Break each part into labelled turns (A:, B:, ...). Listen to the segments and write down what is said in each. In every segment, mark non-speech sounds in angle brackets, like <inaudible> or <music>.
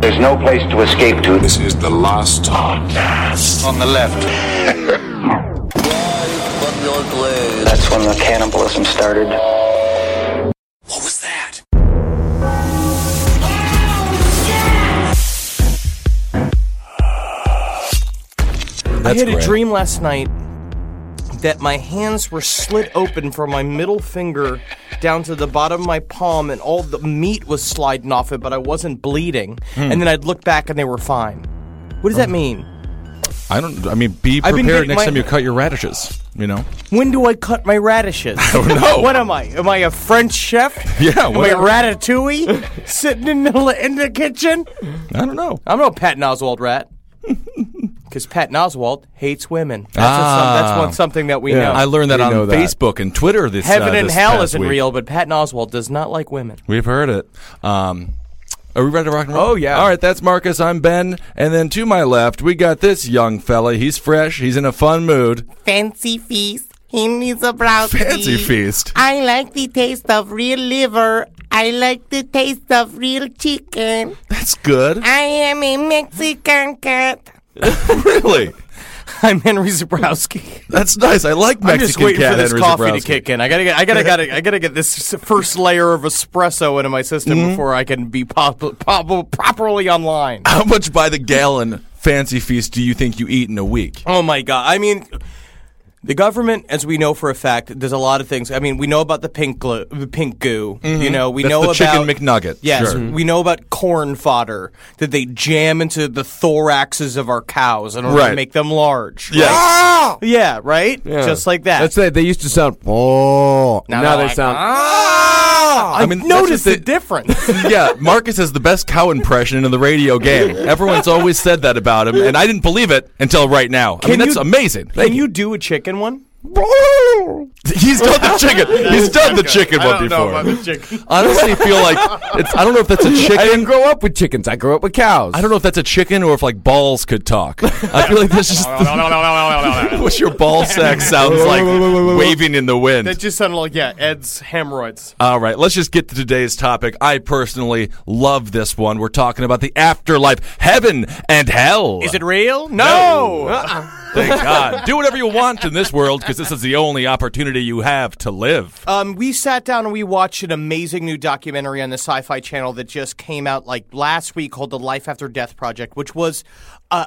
A: There's no place to escape to.
B: This is the last time.
C: On
B: <laughs>
C: the left.
A: That's when the cannibalism started.
B: What was that?
D: I
E: That's
D: had
E: great.
D: a dream last night that my hands were slit open from my middle finger down to the bottom of my palm, and all the meat was sliding off it, but I wasn't bleeding.
E: Hmm.
D: And then I'd look back and they were fine. What does that
E: Oh.
D: mean?
E: I don't. I mean, be
D: I've been
E: prepared
D: getting
E: next
D: my-
E: time you cut your radishes. You know.
D: When do I cut my
E: <laughs>
D: radishes? I
E: don't know.
D: what am I? Am I a French chef?
E: <laughs> Yeah,
D: Am I
E: whatever.
D: ratatouille <laughs> sitting in the, in the kitchen?
E: I don't know.
D: I'm no Pat Oswald
E: <laughs>
D: rat. Because Pat Oswald hates women. That's, a, some, that's one something that we know.
E: Ah. I learned that
F: We
E: on
F: know that.
E: Facebook and Twitter. This
D: Heaven
E: uh,
D: and
E: this
D: hell
E: past
D: isn't
E: week.
D: real, but Pat Oswald does not like
E: <laughs>
D: women.
E: We've heard it. Um, are we ready to rock and roll?
F: Oh, yeah.
E: All right, that's Marcus. I'm Ben, and then to my left we got this young fella. He's fresh. He's in a fun mood.
G: Fancy feast. He needs a brownie.
E: Fancy feast.
G: I like the taste of real liver. I like the taste of real chicken.
E: That's good.
G: I am a Mexican cat.
E: really.
D: I'm Henry Zabrowski.
E: That's nice. I like
D: <laughs>
E: Mexican
D: I'm just waiting
E: cat
D: for this
E: Henry
D: coffee
E: Zebrowski.
D: to kick in. I gotta get, I gotta, gotta, I gotta get this s- first layer of espresso into my system
E: Mm-hmm.
D: before I can be pop, pop, properly online.
E: How much by the gallon fancy feast do you think you eat in a week?
D: Oh my god! I mean, the government, as we know for a fact, there's a lot of things. I mean, we know about the pink glue, the pink goo. You know, we
E: Mm-hmm. That's
D: know
E: the
D: about
E: chicken McNugget.
D: Yes,
E: Sure.
D: we know about corn fodder that they jam into the thoraxes of our cows in order
E: Right.
D: to make them large.
E: Yes.
D: Right? Yeah, right. Just like that.
F: That's that. They used to sound. Oh, now,
D: they're
F: they
D: like,
F: sound.
E: I mean, that's
D: Notice
E: what
D: the <laughs> difference.
E: <laughs> yeah, Marcus has the best cow impression in the radio game. Everyone's always said that about him, and I didn't believe it until right now. I mean, that's
D: you-
E: amazing. Thank
D: Can you do a chicken one?
E: He's
D: <laughs>
E: done the chicken. He's done the chicken one before. Honestly, I feel like it's, I don't know if that's a
F: I didn't
E: chicken.
F: grow up with chickens. I grew up with cows.
E: I don't know if that's a chicken or if like balls could talk. I feel like that's just what your ball sack sounds
D: <laughs>
E: like waving in the wind.
D: just sounded like yeah, Ed's hemorrhoids.
E: All right, let's just get to today's topic. I personally love this one. We're talking about the afterlife, heaven and hell.
D: Is it real?
E: No.
D: No.
E: Thank God. Do whatever you want in this world because this is the only opportunity you have to live.
D: Um, we sat down and we watched an amazing new documentary on the Sci Fi Channel that just came out like last week called The Life After Death Project, which was, uh,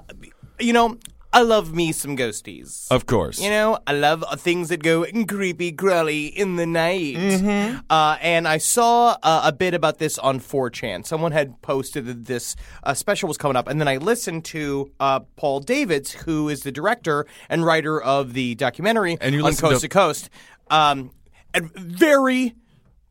D: you know, I love me some ghosties.
E: Of course.
D: You know, I love uh, things that go creepy crawly in the night.
E: Mm-hmm.
D: Uh, and I saw uh, a bit about this on 4chan. Someone had posted that this uh, special was coming up. And then I listened to uh, Paul Davids, who is the director and writer of the documentary
E: And you
D: on
E: listened
D: Coast
E: to-
D: to Coast. Um, and very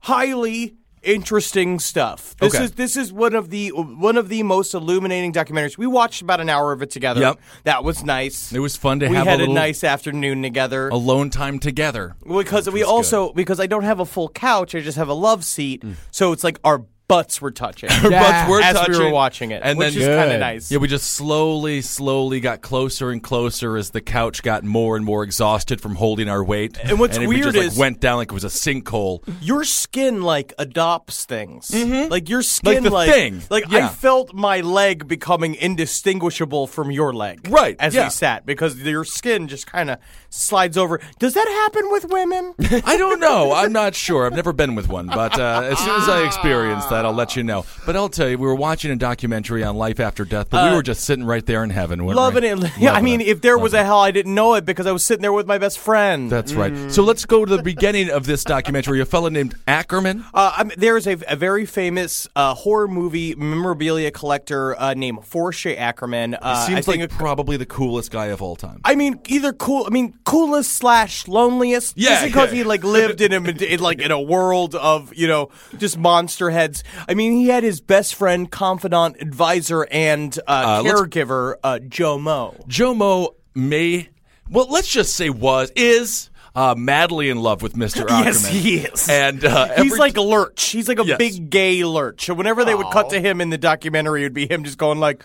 D: highly interesting stuff. This
E: Okay.
D: is this is one of the one of the most illuminating documentaries. We watched about an hour of it together.
E: Yep.
D: That was nice.
E: It was fun to
D: we
E: have a
D: had a,
E: little-
D: nice afternoon together.
E: Alone time together.
D: because we also because I don't have a full couch, I just have a love seat.
E: Mm.
D: So it's like our butts were
E: <laughs>
D: touching.
E: Butts were
D: as we were
E: touching,
D: watching it,
E: and
D: which
E: then
D: is kind
F: Good.
D: of nice.
E: Yeah, we just slowly, slowly got closer and closer as the couch got more and more exhausted from holding our weight.
D: And what's
E: it- we
D: weird
E: just, like,
D: is-
E: went down like it was a sinkhole.
D: your skin like adopts things. Like your
E: Mm-hmm. Like
D: skin
E: the
D: like
E: thing.
D: like
E: Yeah.
D: I felt my leg becoming indistinguishable from your leg.
E: Right,
D: As
E: yeah.
D: we sat because your skin just kind of slides over. Does that happen with
E: <laughs>
D: women?
E: I don't know. I'm not sure. I've never been with one, but uh, as soon as I experience that, I'll let you know. But I'll tell you, we were watching a documentary on life after death, but we were just sitting right there in heaven, weren't
D: Uh, Loving
E: we?
D: it. Yeah, <laughs> I mean, if there was a hell, I didn't know it because I was sitting there with my best friend.
E: That's right. So let's go to the beginning of this documentary. A fella named Ackerman.
D: Uh, I mean, there is a, a very famous uh, horror movie memorabilia collector uh, named Forche Ackerman. Uh,
E: seems
D: I think
E: like
D: a-
E: probably the coolest guy of all time.
D: I mean, either cool. I mean, coolest slash loneliest.
E: Yeah,
D: just because
E: yeah.
D: he like lived in a in, like in a world of you know just monster heads. I mean, he had his best friend, confidant, advisor, and uh,
E: let's-
D: caregiver, uh, Joe Mo.
E: Jomo may, well, let's just say was, is uh, madly in love with Mr.
D: <laughs>
E: Ackerman.
D: Yes, he is.
E: And uh,
D: He's
E: every-
D: like Lurch. He's like a
E: Yes.
D: big gay Lurch. So whenever they would cut to him in the documentary, it would be him just going like,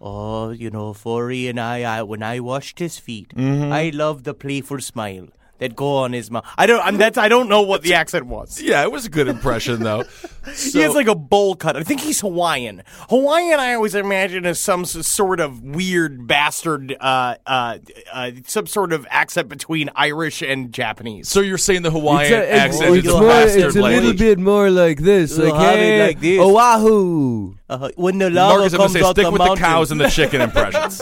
D: "Oh,
E: Mm-hmm.
D: you know, Forey and I, I when I washed his feet, I love the playful smile." that go on his mouth. I don't. I'm, that's. I don't know what the accent was.
E: <laughs> Yeah, it was a good impression though. So,
D: <laughs> he has like a bowl cut. I think he's Hawaiian. Hawaiian, I always imagine as some s- sort of weird bastard, uh, uh, uh, some sort of accent between Irish and Japanese.
E: so you're saying the Hawaiian
F: It's a- it's-
E: accent
F: it's
E: is a
F: more-
E: bastard
F: it's a
E: language.
F: little bit more like this. Like,
D: Little hobby
F: hey,
D: like this.
F: Oahu.
D: Uh, when the lava
E: Marcus, I'm gonna
D: comes
E: say
D: out
E: stick
D: the
E: with the
D: mountain.
E: cows and the
D: <laughs>
E: chicken impressions.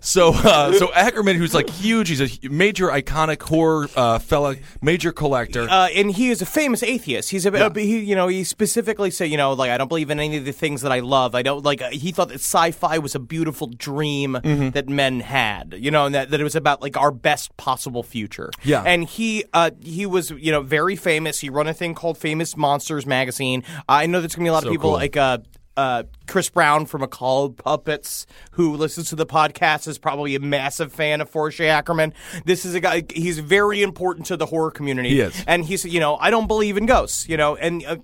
E: so, uh, so Ackerman, who's like huge, he's a hu- major iconic horror uh, fella, major collector.
D: uh, and he is a famous atheist. He's a, uh, he, you know, he specifically said, you know, like I don't believe in any of the things that I love. I don't like. Uh, he thought that sci-fi was a beautiful dream
E: Mm-hmm.
D: that men had, you know, and that, that it was about like our best possible future.
E: Yeah.
D: And he, uh, he was, you know, very famous. He run a thing called Famous Monsters magazine. I know there's gonna be a lot
E: So
D: of people
E: cool.
D: like. Uh, uh, Chris Brown from Occult Puppets, who listens to the podcast, is probably a massive fan of Forrest J. Ackerman. This is a guy, he's very important to the horror community.
E: He is.
D: And he said, you know, I don't believe in ghosts, you know, and uh,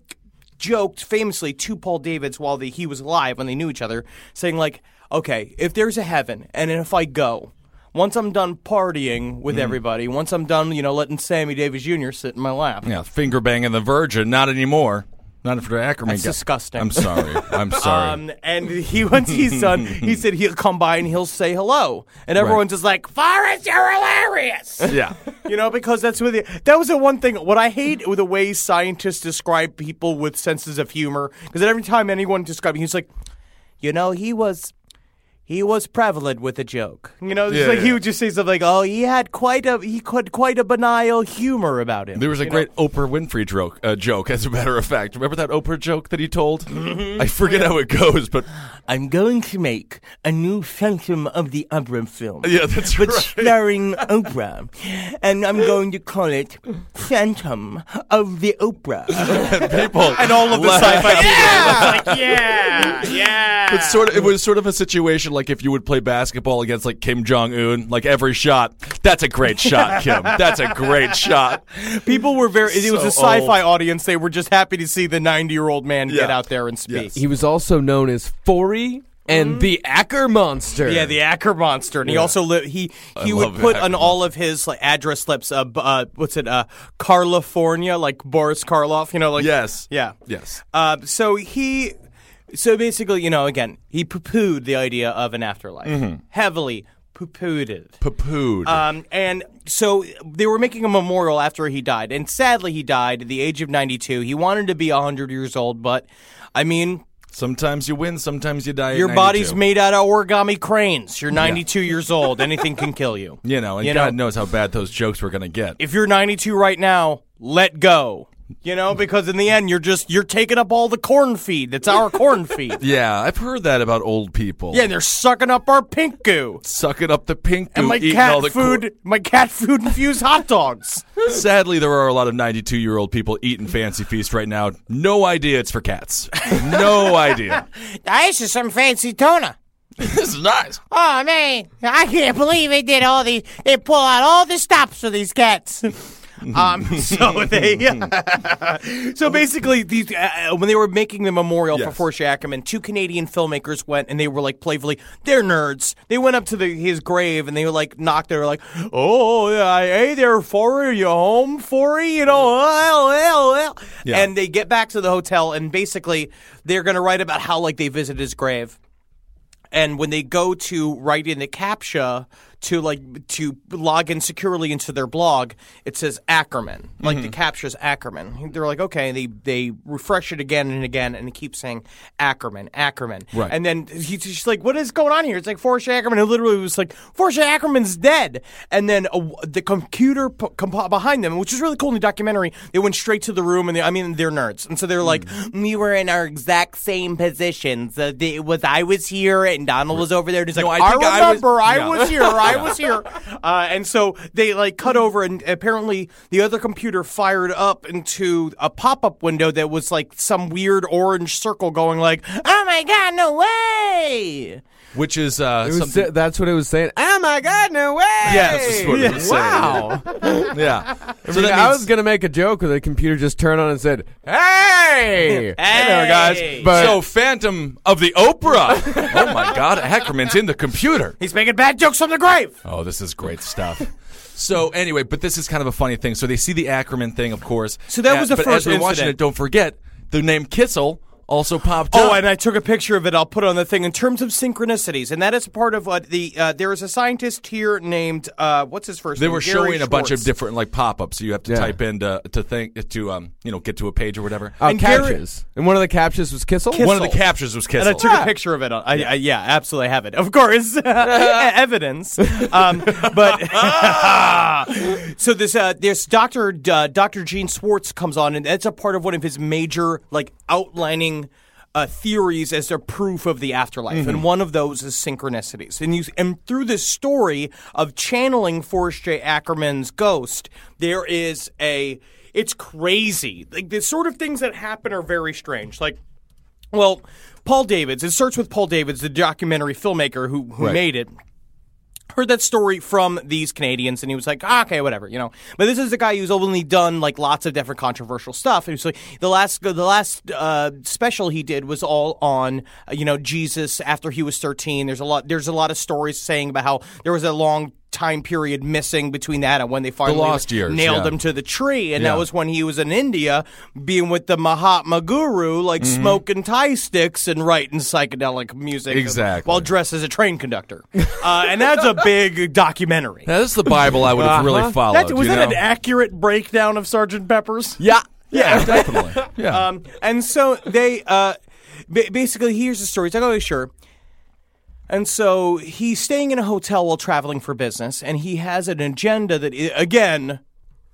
D: joked famously to Paul Davids while the, he was alive when they knew each other, saying, like, okay, if there's a heaven and if I go, once I'm done partying with
E: Mm-hmm.
D: everybody, once I'm done, you know, letting Sammy Davis Jr. sit in my lap.
E: yeah, finger banging the Virgin. Not anymore. Not after Ackerman.
D: That's
E: got-
D: disgusting.
E: I'm sorry.
D: <laughs>
E: I'm sorry.
D: Um, and he once he's done,
E: <laughs>
D: he said he'll come by and he'll say hello, and everyone's just like, "Forrest, you're hilarious."
E: <laughs> yeah.
D: You know, because that's what the, that was the one thing. What I hate with the way scientists describe people with senses of humor, because every time anyone describes, he's like, you know, he was. He was prevalent with a joke, you know. It's
E: Yeah,
D: like he
E: yeah.
D: would just say something like, "Oh, he had quite a he had quite a banal humor about him."
E: There was a
D: you know?
E: great Oprah Winfrey joke, uh, joke, as a matter of fact. Remember that Oprah joke that he told?
D: Mm-hmm.
E: I forget how it goes, but
D: I'm going to make a new Phantom of the Opera film.
E: yeah, that's
D: but <laughs>
E: right.
D: starring Oprah. And I'm going to call it Phantom of the
E: <laughs>
D: Oprah.
E: People and
D: all of the sci-fi people.
E: It's sort of, it was sort of a situation like if you would play basketball against like Kim Jong Un, like every shot. That's a great
D: <laughs>
E: shot, Kim. That's a great shot.
D: People were very, it was
E: So
D: a sci fi audience. They were just happy to see the 90 year old man get
E: Yeah.
D: out there and speak.
F: He was also known as Forey and the Acker Monster.
D: Yeah, the Acker monster, and he also li- he he would
E: love
D: put
E: Acker
D: on all of his like address slips. Uh, b- uh, what's it? Uh, California, like Boris Karloff. You know, like
E: Yes.
D: yeah,
E: Yes.
D: Uh, so he, so basically, you know, again, he poo pooed the idea of an afterlife
E: Mm-hmm.
D: heavily poo pooed it.
E: Papooed.
D: Um, and so they were making a memorial after he died, and sadly, he died at the age of ninety-two. He wanted to be hundred years old, but I mean,
E: sometimes you win, sometimes you die. at
D: your
E: 92.
D: body's made out of origami cranes. You're 92 years old. Anything can kill you.
E: <laughs> You know, and
D: You
E: God
D: know?
E: knows how bad those jokes were going to get.
D: If you're 92 right now, let go. You know, because in the end, you're just you're taking up all the corn feed. That's our corn feed.
E: <laughs> yeah, I've heard that about old people.
D: Yeah, and they're sucking up our pink goo.
E: Sucking up the pink
D: And
E: goo,
D: my
E: eating
D: cat
E: all the
D: food,
E: cor-
D: my cat food infused hot dogs.
E: <laughs> Sadly, there are a lot of 92 year old people eating Fancy Feast right now. No idea it's
D: <laughs>
E: for cats. No idea.
G: <laughs> This is some fancy tuna.
E: this is nice.
G: Oh man, I can't believe they did all these. They pull out all the stops for these cats.
D: <laughs> Um, so they, <laughs> so basically, these uh, when they were making the memorial for
E: Yes.
D: Forrest J. Ackerman, two Canadian filmmakers went and they were like playfully, they're nerds. They went up to the, his grave and they were like knocked. They were like, "Oh, yeah, hey there, Forrest, you home, Forrest? You know, well, well, well."
E: Yeah.
D: And they get back to the hotel and basically they're going to write about how like they visited his grave and when they go to write in the captcha to like to log in securely into their blog, it says Ackerman. Like the captcha's Ackerman. They're like, okay, and they they refresh it again and again, and it keeps saying Ackerman, Ackerman.
E: Right.
D: And then he's just like, what is going on here? It's like Forrest J. Ackerman. It literally was like Forrest J. Ackerman's dead. And then uh, the computer p- comp- behind them, which is really cool in the documentary, they went straight to the room, and they, I mean, they're nerds, and so they're like,
E: Mm.
G: We were in our exact same positions. Uh, the- it was I was here and Donald was over there. Just
E: No,
G: like,
E: I think
D: I
E: I was-
D: remember I was,
E: Yeah.
D: here. I was
E: <laughs>
D: here. Uh, and so they like cut over, and apparently the other computer fired up into a pop up window that was like some weird orange circle going like,
G: oh my god, no way!
E: Which is uh,
F: It was-
E: something.
F: that's what it was saying. Oh my God, no way!
E: Yeah, this is what it was saying.
F: Wow.
D: <laughs>
E: Yeah. So
F: I,
E: that
F: I
E: means-
F: was gonna make a joke where the computer just turned on and said,
E: There,
F: "Hey,
E: guys.
D: Hey.
F: But-
E: so, Phantom of the Oprah. oh my God, Hackerman's in the computer.
D: "He's making bad jokes from the grave."
E: Oh, this is great stuff. So anyway, but this is kind of a funny thing. So they see the Ackerman thing, of course.
D: So that was the
E: but
D: first
E: as we're watching
D: incident.
E: it, don't forget the name Kissel also popped up.
D: Oh, and I took a picture of it. I'll put it on the thing in terms of synchronicities, and that is part of what the uh, there is a scientist here named uh, what's his first
E: they
D: name?
E: were
D: Gary
E: showing a bunch of
D: Schwartz.
E: different like pop-ups. So you have to type in to, to think to um you know get to a page or whatever.
F: Uh,
D: And Gary-
F: captures. and one of the captures was Kissel.
D: Kissel.
E: One of the captures was Kissel.
D: And I took a picture of it. On, I, I, yeah, absolutely have it. Of course, <laughs> E-, evidence. Um, but <laughs> so this uh, this doctor uh, Doctor Gene Swartz comes on, and that's a part of one of his major like outlining. Uh, theories as their proof of the afterlife, and one of those is synchronicities. And you and through this story of channeling Forrest J. Ackerman's ghost, there is a it's crazy. Like the sort of things that happen are very strange. Like well, Paul Davids, it starts with Paul Davids, the documentary filmmaker who, who made it. Heard that story from these Canadians, and he was like, ah, "Okay, whatever," you know. But this is the guy who's only done like lots of different controversial stuff. He was like, the last, the last uh, special he did was all on, uh, you know, Jesus after he was thirteen. There's a lot, there's a lot of stories saying about how there was a long time period missing between that and when they finally
E: lost years,
D: nailed
E: yeah.
D: him to the tree, and
E: Yeah.
D: that was when he was in India being with the Mahatma Guru, like
E: Mm-hmm.
D: smoking Thai sticks and writing psychedelic music,
E: Exactly.
D: while dressed as a train conductor. uh, and that's a big documentary.
E: Now, this is the Bible I would have really followed.
D: Uh-huh. That- was
E: you
D: that an
E: know?
D: accurate breakdown of Sergeant Pepper's?
F: yeah.
E: Yeah, <laughs> definitely. Yeah.
D: Um, and so they uh, ba- basically here's the story. He's like, oh, sure. And so he's staying in a hotel while traveling for business, and he has an agenda that, i- again,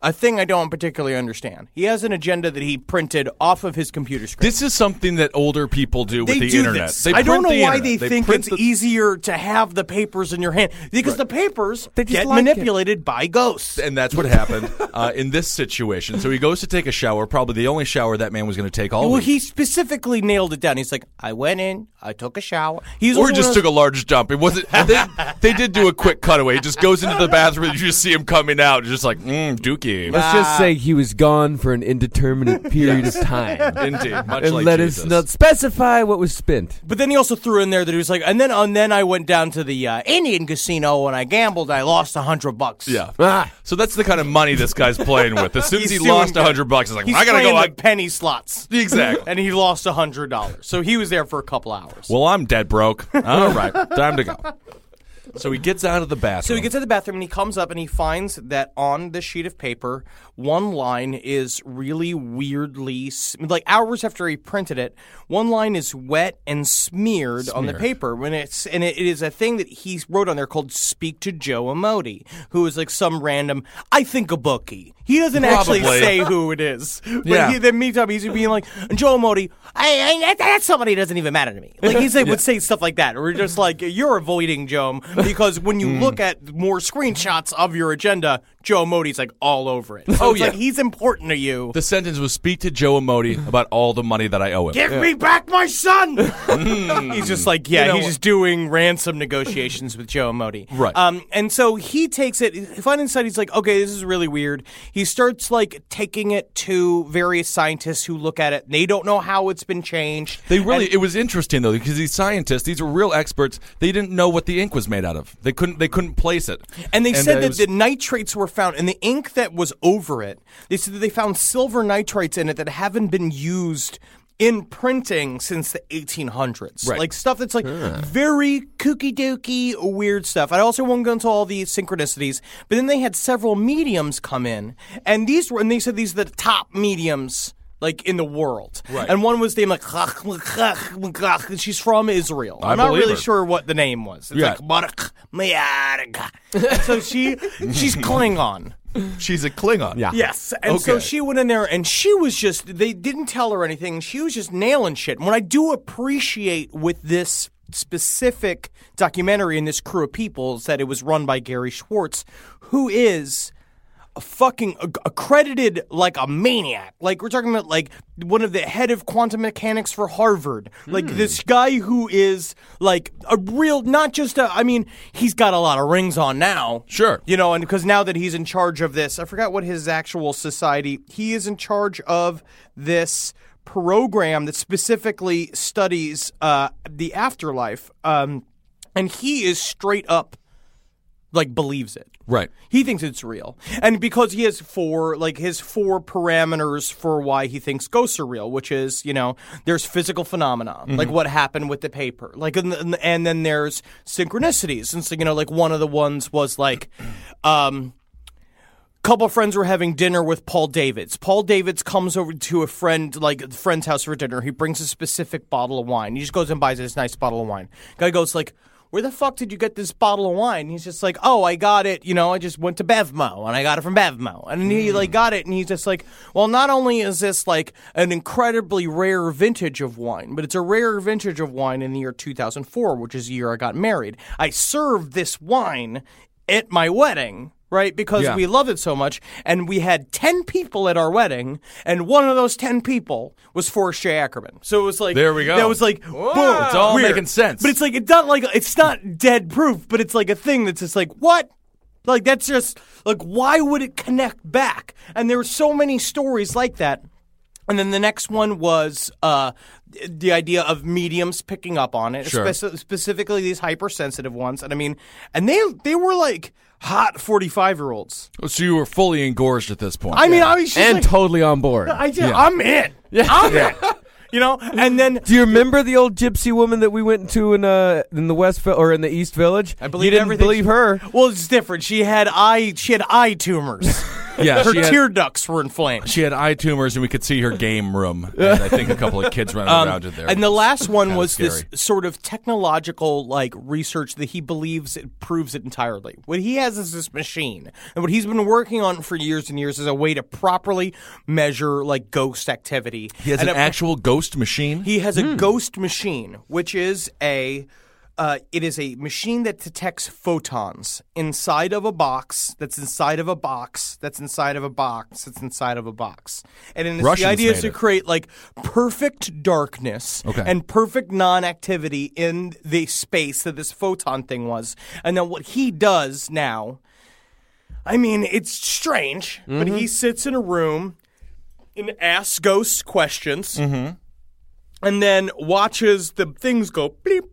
D: a thing I don't particularly understand. He has an agenda that he printed off of his computer screen.
E: this is something that older people do with
D: they
E: the
D: do
E: internet.
D: this.
E: They
D: I don't
E: print
D: know
E: the
D: why
E: internet.
D: they, think it's
E: print
D: e-
E: the-
D: easier to have the papers in your hand because the papers
F: They just
D: get
F: like it.
D: manipulated by ghosts.
E: <laughs> and that's what happened uh, in this situation. So he goes to take a shower, probably the only shower that man was going to take all
D: Well,
E: week.
D: he specifically nailed it down. He's like, I went in, I took a shower. He's
E: or
D: one
E: he
D: of
E: just
D: those-
E: took a large dump. It wasn't. They, they did do a quick cutaway. He just goes into the bathroom. You just see him coming out, just like mm, Dookie.
F: Let's just say he was gone for an indeterminate period of time.
E: Indeed, much
F: And
E: like
F: let
E: Jesus.
F: us not specify what was spent.
D: But then he also threw in there that he was like, and then and then I went down to the uh, Indian casino and I gambled. I lost a hundred bucks.
E: Yeah.
F: Ah.
E: So that's the kind of money this guy's playing with. As soon as
D: He's
E: he
D: doing
E: lost
D: good.
E: hundred bucks, he's like,
D: he's
E: I gotta
D: playing
E: go.
D: the
E: I-
D: penny slots,
E: Exactly.
D: and he lost a hundred dollars. So he was there for a couple hours.
E: Well, I'm dead broke. All right, time to go. So he gets out of the bathroom.
D: So he gets to the bathroom and he comes up and he finds that on the sheet of paper, one line is really weirdly, s- like hours after he printed it, one line is wet and smeared, on the paper. When it's and it, it is a thing that he wrote on there called "Speak to Joe Emoti," who is like some random. I think a bookie. He doesn't actually
E: Probably.
D: say who it
E: <laughs>
D: is, but
E: Yeah.
D: he, in the meantime, he's being like Joe Emoti. I, I that- that's somebody who doesn't even matter to me. Like he's like would say stuff like that, or just like you're avoiding Joe because when
E: Mm.
D: you look at more screenshots of your agenda, Joe Emoti's like all over it. So
E: Oh,
D: it's
E: yeah.
D: like he's important to you.
E: the sentence was speak to Joe Emoti about all the money that I owe him.
D: Give me back my son.
E: <laughs>
D: <laughs> he's just like, yeah,
E: You know
D: he's
E: what-
D: just doing ransom negotiations with Joe Modi.
E: Right.
D: Um, and so he takes it. Fun inside, he's like, okay, this is really weird. He starts like taking it to various scientists who look at it. They don't know how it's been changed.
E: They really, it was interesting though because these scientists, these were real experts. They didn't know what the ink was made out of. They couldn't, they couldn't place it.
D: And they said
E: it
D: that
E: was-
D: the nitrates were found, and the ink that was over it, they said that they found silver nitrates in it that haven't been used in printing since the 1800s.
E: Right.
D: Like stuff that's like very kooky dooky, weird stuff. I also won't go into all the synchronicities, but then they had several mediums come in, and these were, and they said these are the top mediums. Like in the world,
E: Right.
D: and one was named like and she's from Israel.
E: I
D: I'm not
E: believe
D: really
E: her.
D: sure what the name was. It's
E: Yeah.
D: like Mark Mayarga. so she <laughs> she's Klingon.
E: she's a Klingon. Yeah.
D: Yes. And so
E: Okay.
D: she went in there and she was just they didn't tell her anything. She was just nailing shit. And what I do appreciate with this specific documentary and this crew of people is that it was run by Gary Schwartz, who is a fucking a- accredited like a maniac. Like we're talking about like one of the head of quantum mechanics for Harvard. Like this guy who is like a real not just a I mean, he's got a lot of rings on now.
E: Sure.
D: You know, and because now that he's in charge of this, I forgot what his actual society, he is in charge of this program that specifically studies uh the afterlife. Um and he is straight up like believes it.
E: Right.
D: He thinks it's real. And because he has four, like his four parameters for why he thinks ghosts are real, which is, you know, there's physical phenomena, like what happened with the paper. Like, and, and- and then there's synchronicities. And so, you know, like one of the ones was like, um, couple friends were having dinner with Paul Davids. Paul Davids comes over to a friend, like a friend's house for dinner. He brings a specific bottle of wine. He just goes and buys this nice bottle of wine. Guy goes like, "Where the fuck did you get this bottle of wine?" He's just like, "Oh, I got it. You know, I just went to Bevmo and I got it from Bevmo." And he like got it, and he's just like, "Well, not only is this like an incredibly rare vintage of wine, but it's a rare vintage of wine in the year 2004, which is the year I got married. I served this wine at my wedding." right? Because
E: Yeah.
D: we love it so much. And we had 10 people at our wedding, and one of those 10 people was Forrest J. Ackerman. So it was like,
E: There we go.
D: That was like, boom.
E: It's all
D: weird.
E: making sense.
D: But it's like, it's not like, it's not dead proof, but it's like a thing that's just like, what? Like, that's just, like, why would it connect back? And there were so many stories like that. And then the next one was uh, the idea of mediums picking up on it,
E: Sure.
D: speci- specifically these hypersensitive ones. And I mean, and they they were like hot forty five year olds.
E: So you were fully engorged at this point.
D: I mean, I was just
F: and
D: like,
F: totally on board.
D: I just, I'm in, I'm in, you know. And then
F: Do you remember the old gypsy woman that we went to in uh in the West Vi- or in the East Village? I
D: believe
F: you didn't
D: everything
F: believe
D: she-
F: her.
D: well, it's different. She had eye she had eye tumors.
E: yeah,
D: Her
E: <laughs> she had,
D: tear ducts were inflamed.
E: she had eye tumors, and we could see her game room. And I think a couple of kids running around in there.
D: Um, And the last one
E: Kinda
D: was this
E: scary.
D: sort of technological like research that he believes it proves it entirely. What he has is this machine, and what he's been working on for years and years is a way to properly measure like ghost activity.
E: he has
D: And
E: an
D: it-
E: actual ghost machine.
D: he has a ghost machine, which is a. Uh, it is a machine that detects photons inside of a box. That's inside of a box. That's inside of a box. That's inside of a box. And then it's- the
E: Russians
D: idea is
E: made
D: to
E: it.
D: create like perfect darkness
E: Okay.
D: and perfect non-activity in the space that this photon thing was. And then what he does now, I mean, it's strange, but
E: Mm-hmm.
D: he sits in a room and asks ghosts questions
E: Mm-hmm.
D: and then watches the things go bleep,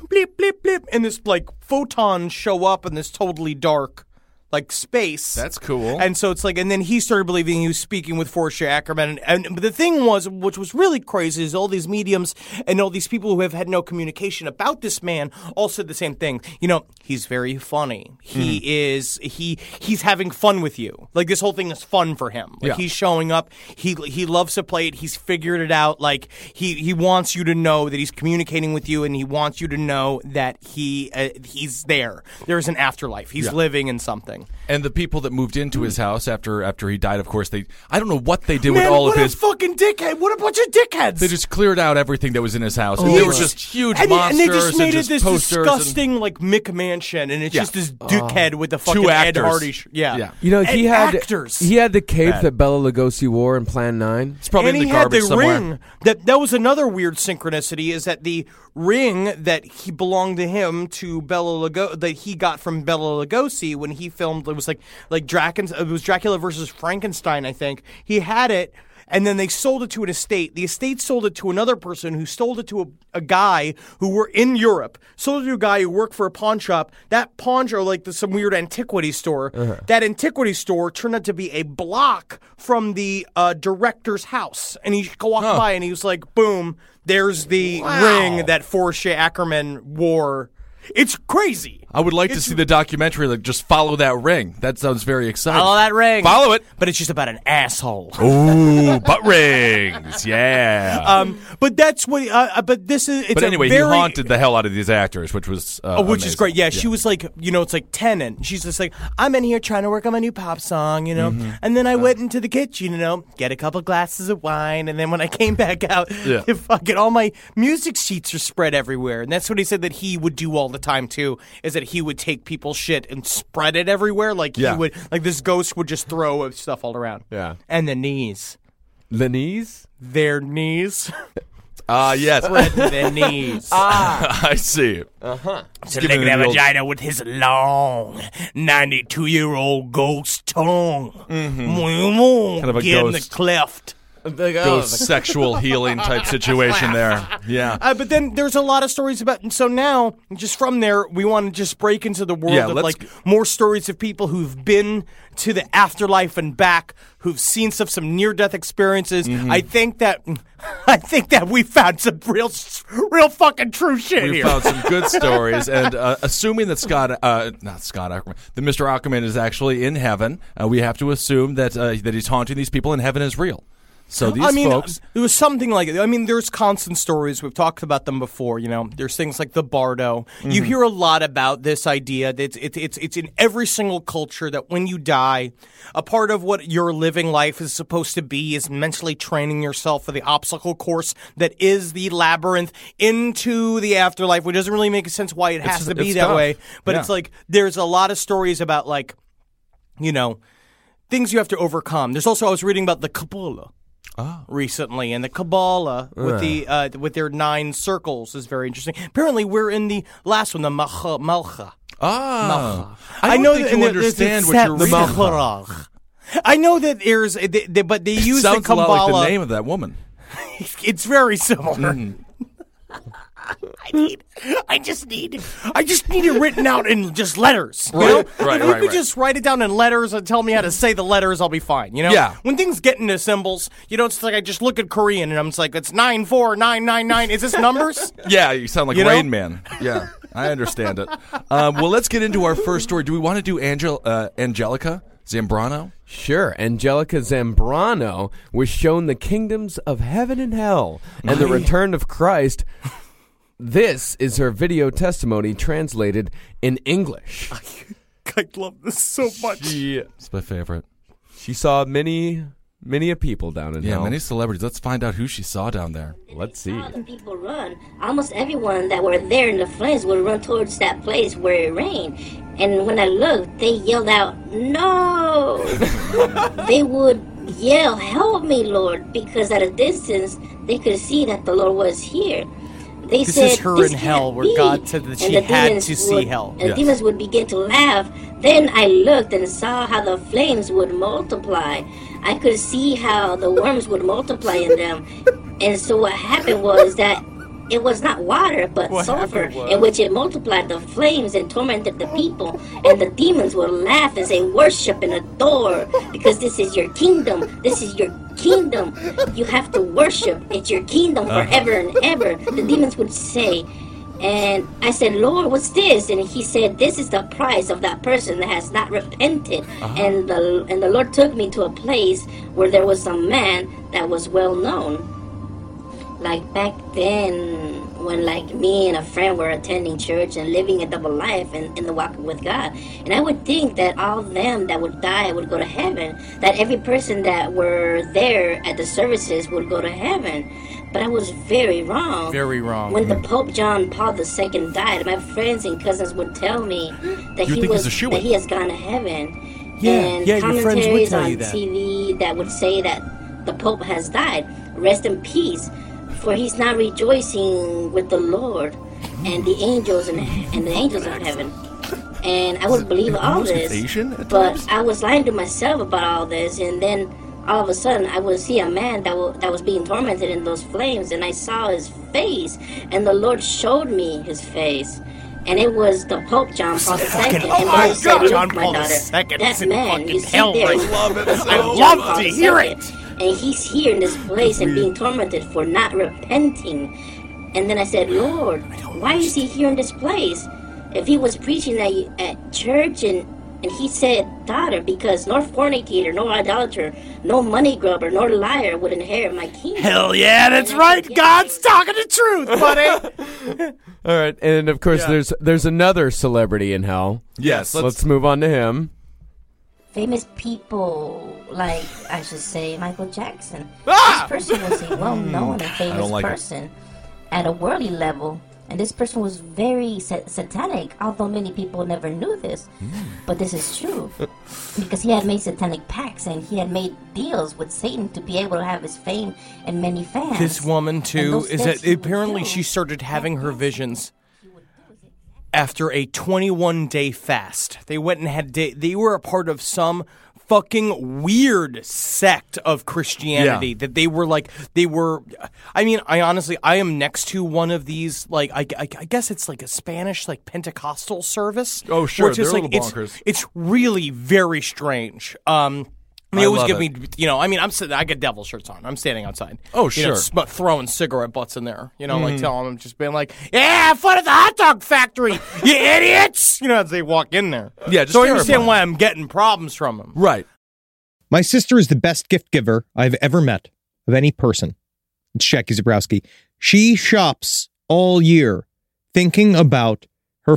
D: bleep, bleep, bleep, and this like photon show up in this totally dark like space.
E: That's cool.
D: And so it's like, and then he started believing he was speaking with Forrest J. Ackerman. And, and but the thing was, which was really crazy, is all these mediums and all these people who have had no communication about this man all said the same thing. You know, he's very funny. He is he he's having fun with you. Like this whole thing is fun for him. Like
E: Yeah.
D: he's showing up. He he loves to play it. He's figured it out. Like he he wants you to know that he's communicating with you, and he wants you to know that he uh, he's there. There's an afterlife. He's living in something.
E: And the people that moved into his house after after he died, of course, they I don't know what they did with
D: Man,
E: all
D: what
E: of his.
D: a fucking dickhead! What a bunch of dickheads!
E: they just cleared out everything that was in his house. and there were just huge
D: Oh, and, and
E: monsters
D: they just made it this
E: posters and-
D: disgusting like Mick Mansion, and it's
E: Yeah.
D: just this dickhead with the fucking Ed
E: actors.
D: Hardy. Sh- yeah.
E: Yeah.
F: Oh. You know
D: And
F: he had
D: actors.
F: he had the cape that Bella Lugosi wore in Plan Nine.
E: it's probably
D: and
E: in
D: he
E: the
D: had
E: garbage
D: the
E: somewhere.
D: ring. That that was another weird synchronicity. Is that the ring that he belonged to him to Bella Lugo that he got from Bella Lugosi when he filmed? It was like like Draken. It was Dracula versus Frankenstein. I think he had it. And then they sold it to an estate. The estate sold it to another person who sold it to a, a guy who were in Europe. Sold it to a guy who worked for a pawn shop. That pawn shop, like the, some weird antiquity store,
E: Uh-huh.
D: that antiquity store turned out to be a block from the uh, director's house. And he walked by and he was like, boom, there's the ring that Forrest J. Ackerman wore. It's crazy.
E: I would like to see the documentary that just follow that ring. That sounds very exciting.
D: Follow that ring.
E: Follow it.
D: But it's just about an asshole.
E: Ooh, butt rings. Yeah.
D: Um, but that's what. Uh, uh, but this is. It's
E: but
D: a
E: anyway,
D: very,
E: he haunted the hell out of these actors, which was uh,
D: Oh, which is
E: amazing.
D: great. Yeah, she was like, you know, it's like tenant. She's just like, I'm in here trying to work on my new pop song, you know.
E: Mm-hmm.
D: And then I went into the kitchen, you know, get a couple glasses of wine, and then when I came back out,
E: <laughs>
D: <laughs>
E: Yeah.
D: fucking all my music sheets are spread everywhere. And that's what he said that he would do all the time too, is that he would take people's shit and spread it everywhere. Like
E: Yeah.
D: he would, like this ghost would just throw stuff all around.
F: Yeah.
D: And the knees,
F: Lenise.
D: their knees, <laughs>
E: Ah, yes,
D: their knees.
E: <laughs> I see.
D: to
E: Give
D: lick
E: him
D: that
E: the old-
D: vagina with his long, 92 year old ghost tongue. Mm-hmm.
E: Kind of a
D: Get in the
E: ghost.
D: cleft.
E: goes
D: Oh.
E: sexual healing
D: <laughs>
E: type situation there. Yeah.
D: Uh, but then there's a lot of stories about, and so now just from there, we want to just break into the world
E: Yeah,
D: of
E: let's
D: like
E: g-
D: more stories of people who've been to the afterlife and back, who've seen stuff, some near death experiences.
E: Mm-hmm.
D: I think that, <laughs> I think that we found some real, s- real fucking true shit
E: We
D: here.
E: found some good stories, and uh, assuming that Scott, uh, not Scott Ackerman, that Mr. Ackerman is actually in heaven, uh, we have to assume that uh, that he's haunting these people, and heaven is real. So these
D: I mean, uh,
E: folks,
D: it was something like. I mean, there's constant stories. We've talked about them before. You know, there's things like the Bardo.
E: Mm-hmm.
D: You hear a lot about this idea that it's, it's it's it's in every single culture that when you die, a part of what your living life is supposed to be is mentally training yourself for the obstacle course that is the labyrinth into the afterlife, which doesn't really make sense why it has to be
E: it's
D: that
E: tough.
D: way. But
E: Yeah.
D: it's like there's a lot of stories about like, you know. Things you have to overcome. There's also I was reading about the Kabbalah,
E: Ah.
D: recently, and the Kabbalah with the uh, with their nine circles is very interesting. Apparently, we're in the last one, the Malcha. Malcha.
E: ah, I, don't think
D: that-
E: you
D: and there- there's
E: understand
D: a
E: what you're
D: set-
E: reading.
D: the Malcharach. I know that there's, uh, they, they, but they use the
E: Sounds a lot
D: Kabbalah.
E: like the name of that woman.
D: It's very similar. <laughs> I need, I just need, I just need it written out in just letters. You know?
E: Right, right,
D: if you
E: right,
D: could
E: right.
D: just write it down in letters and tell me how to say the letters, I'll be fine. You know,
E: Yeah.
D: When things get into symbols, you know, it's like I just look at Korean and I'm just like, it's nine four nine nine nine. Is this numbers?
E: Yeah, you sound like
D: You know?
E: Rain Man. Yeah, <laughs> I understand it. Um, well, let's get into our first story. Do we want to do Angel, uh, Angelica Zambrano?
F: Sure, Angelica Zambrano was shown the kingdoms of heaven and hell and the return of Christ. This is her video testimony translated in English.
D: <laughs> I love this so much.
F: She,
E: It's my favorite.
F: she saw many, many a people down in
E: Yeah,
F: hell.
E: many celebrities. Let's find out who she saw down there.
F: Let's see.
C: All the people run. Almost everyone that were there in the flames would run towards that place where it rained. And when I looked, they yelled out,
D: <laughs>
C: No! they would yell, Help me, Lord, because at a distance, they could see that the Lord was here. They
D: This
C: said,
D: is her
C: "This
D: in
C: can't
D: hell," where
C: be."
D: God said that
C: And
D: she
C: the
D: had
C: demons
D: to see
C: would-
D: hell.
C: And
E: Yes.
C: demons would begin to laugh. Then I looked and saw how the flames would multiply. I could see how the worms would multiply in them. And so what happened was that it was not water, but sulfur, in which it multiplied the flames and tormented the people. And the demons would laugh and say, Worship and adore, because this is your kingdom. This is your kingdom. You have to worship. It's your kingdom forever and ever. The demons would say, and I said, Lord, what's this? And he said, This is the price of that person that has not repented.
D: Uh-huh.
C: And the and the Lord took me to a place where there was a man that was well known. Like back then, when like me and a friend were attending church and living a double life and in the walk with God, and I would think that all them that would die would go to heaven. That every person that were there at the services would go to heaven. But I was very wrong.
D: Very wrong.
C: When the Pope John Paul II died, my friends and cousins would tell
D: <gasps>
C: me that
E: You
C: he
E: think he's
C: was
E: a shoo-in.
C: that he has gone to heaven.
D: Yeah,
C: and
D: yeah, your friends would
C: commentaries
D: tell
C: on
D: you that.
C: TV that would say that the Pope has died. Rest in peace, for he's not rejoicing with the Lord and the angels and, and the angels of heaven. And I would believe all
E: Most
C: this,
E: Asian at times?
C: but I was lying to myself about all this, and then all of a sudden I would see a man that, w- that was being tormented in those flames, and I saw his face, and the Lord showed me his face. And it was the Pope John Paul II. and
D: oh my
C: Mary said,
D: God,
C: "Look,
D: John
C: my
D: Paul
C: daughter,
D: II is
C: That
D: in
C: man,
D: fucking
C: you see
D: hell
C: there,
D: right
C: is
D: now."
C: I
D: love to hear it.
C: And he's here in this place and being tormented for not repenting. And then I said, Lord, why is he here in this place? If he was preaching at, at church and and he said, daughter, because nor fornicator, nor idolater, no money grubber, nor liar would inherit my kingdom.
D: Hell yeah, that's right. God's talking the truth, buddy.
F: All right, and of course, there's there's another celebrity in hell.
E: Yes,
F: Let's, move on to him.
C: famous people, like I should say Michael Jackson.
D: Ah!
C: This person was
D: <laughs>
C: a well-known and famous
E: Hmm, like it.
C: person at a worldly level, and this person was very sa- satanic. Although many people never knew this,
E: Hmm.
C: but this is true because he had made satanic pacts and he had made deals with Satan to be able to have his fame and many fans.
D: This woman
C: And
D: too is
C: those things
D: that
C: he would
D: apparently
C: do.
D: she started having her visions after a 21 day fast. They went and had da- they were a part of some fucking weird sect of Christianity
E: Yeah.
D: that they were like they were. I mean, I honestly, I am next to one of these. Like, I, I, I guess it's like a Spanish like Pentecostal service.
E: Oh, sure,
D: which is
E: they're a
D: like
E: little
D: it's-
E: bonkers.
D: It's really very strange. Um. They
E: I
D: always
E: love
D: give
E: it.
D: me, you know. I mean, I'm sitting. I got devil shirts on. I'm standing outside.
E: Oh,
D: You know,
E: sure. Mm.
D: but throwing cigarette butts in there. You know, like telling them, just being like, yeah, in front of the hot dog factory,
E: <laughs>
D: you idiots. You know, as they walk in there.
E: Yeah, just
D: So I
E: terrifying.
D: understand why I'm getting problems from them.
E: Right.
H: My sister is the best gift giver I've ever met of any person. It's Jackie Zabrowski. She shops all year thinking about her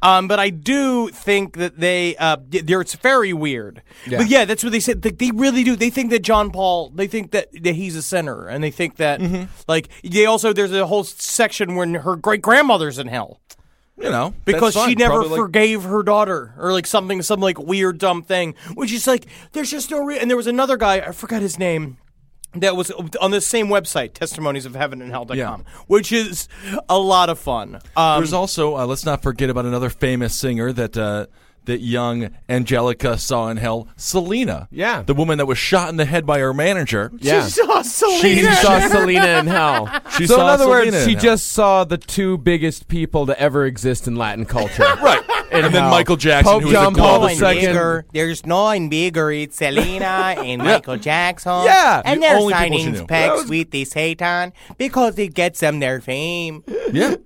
D: Um, but I do think that they, uh, y- they're, it's very weird. But yeah, that's what they said. Like, they really do. They think that John Paul, they think that, that he's a sinner. And they think that, like, they also, there's a whole section when her great grandmother's in hell
E: You know, that's
D: because she
E: fine.
D: never
E: Probably like-
D: forgave her daughter or like something, some like weird, dumb thing, which is like, there's just no real. And there was another guy, I forgot his name. That was on the same website, testimonies of heaven and hell.com,
E: Yeah.
D: which is a lot of fun. Um,
E: There's also uh, let's not forget about another famous singer that uh, that young Angelica saw in hell, Selena.
F: Yeah.
E: the woman that was shot in the head by her manager.
F: Yeah.
D: saw Selena.
F: She saw
E: <laughs>
F: Selena in hell.
E: She
F: so
E: saw
F: in other
E: Selena
F: words,
E: in
F: she
E: hell.
F: just saw the two biggest people to ever exist in Latin culture. right.
E: <laughs> And then Michael Jackson,
F: Pope
E: who is
F: John
E: a
F: Paul
E: global
F: II.
E: citizen.
D: There's no one bigger. It's <laughs> Selena and Michael Jackson.
F: Yeah.
E: And The they're only people she signing knew. pacts That was-
D: with the Satan because it gets them their fame. <laughs>
E: Yeah,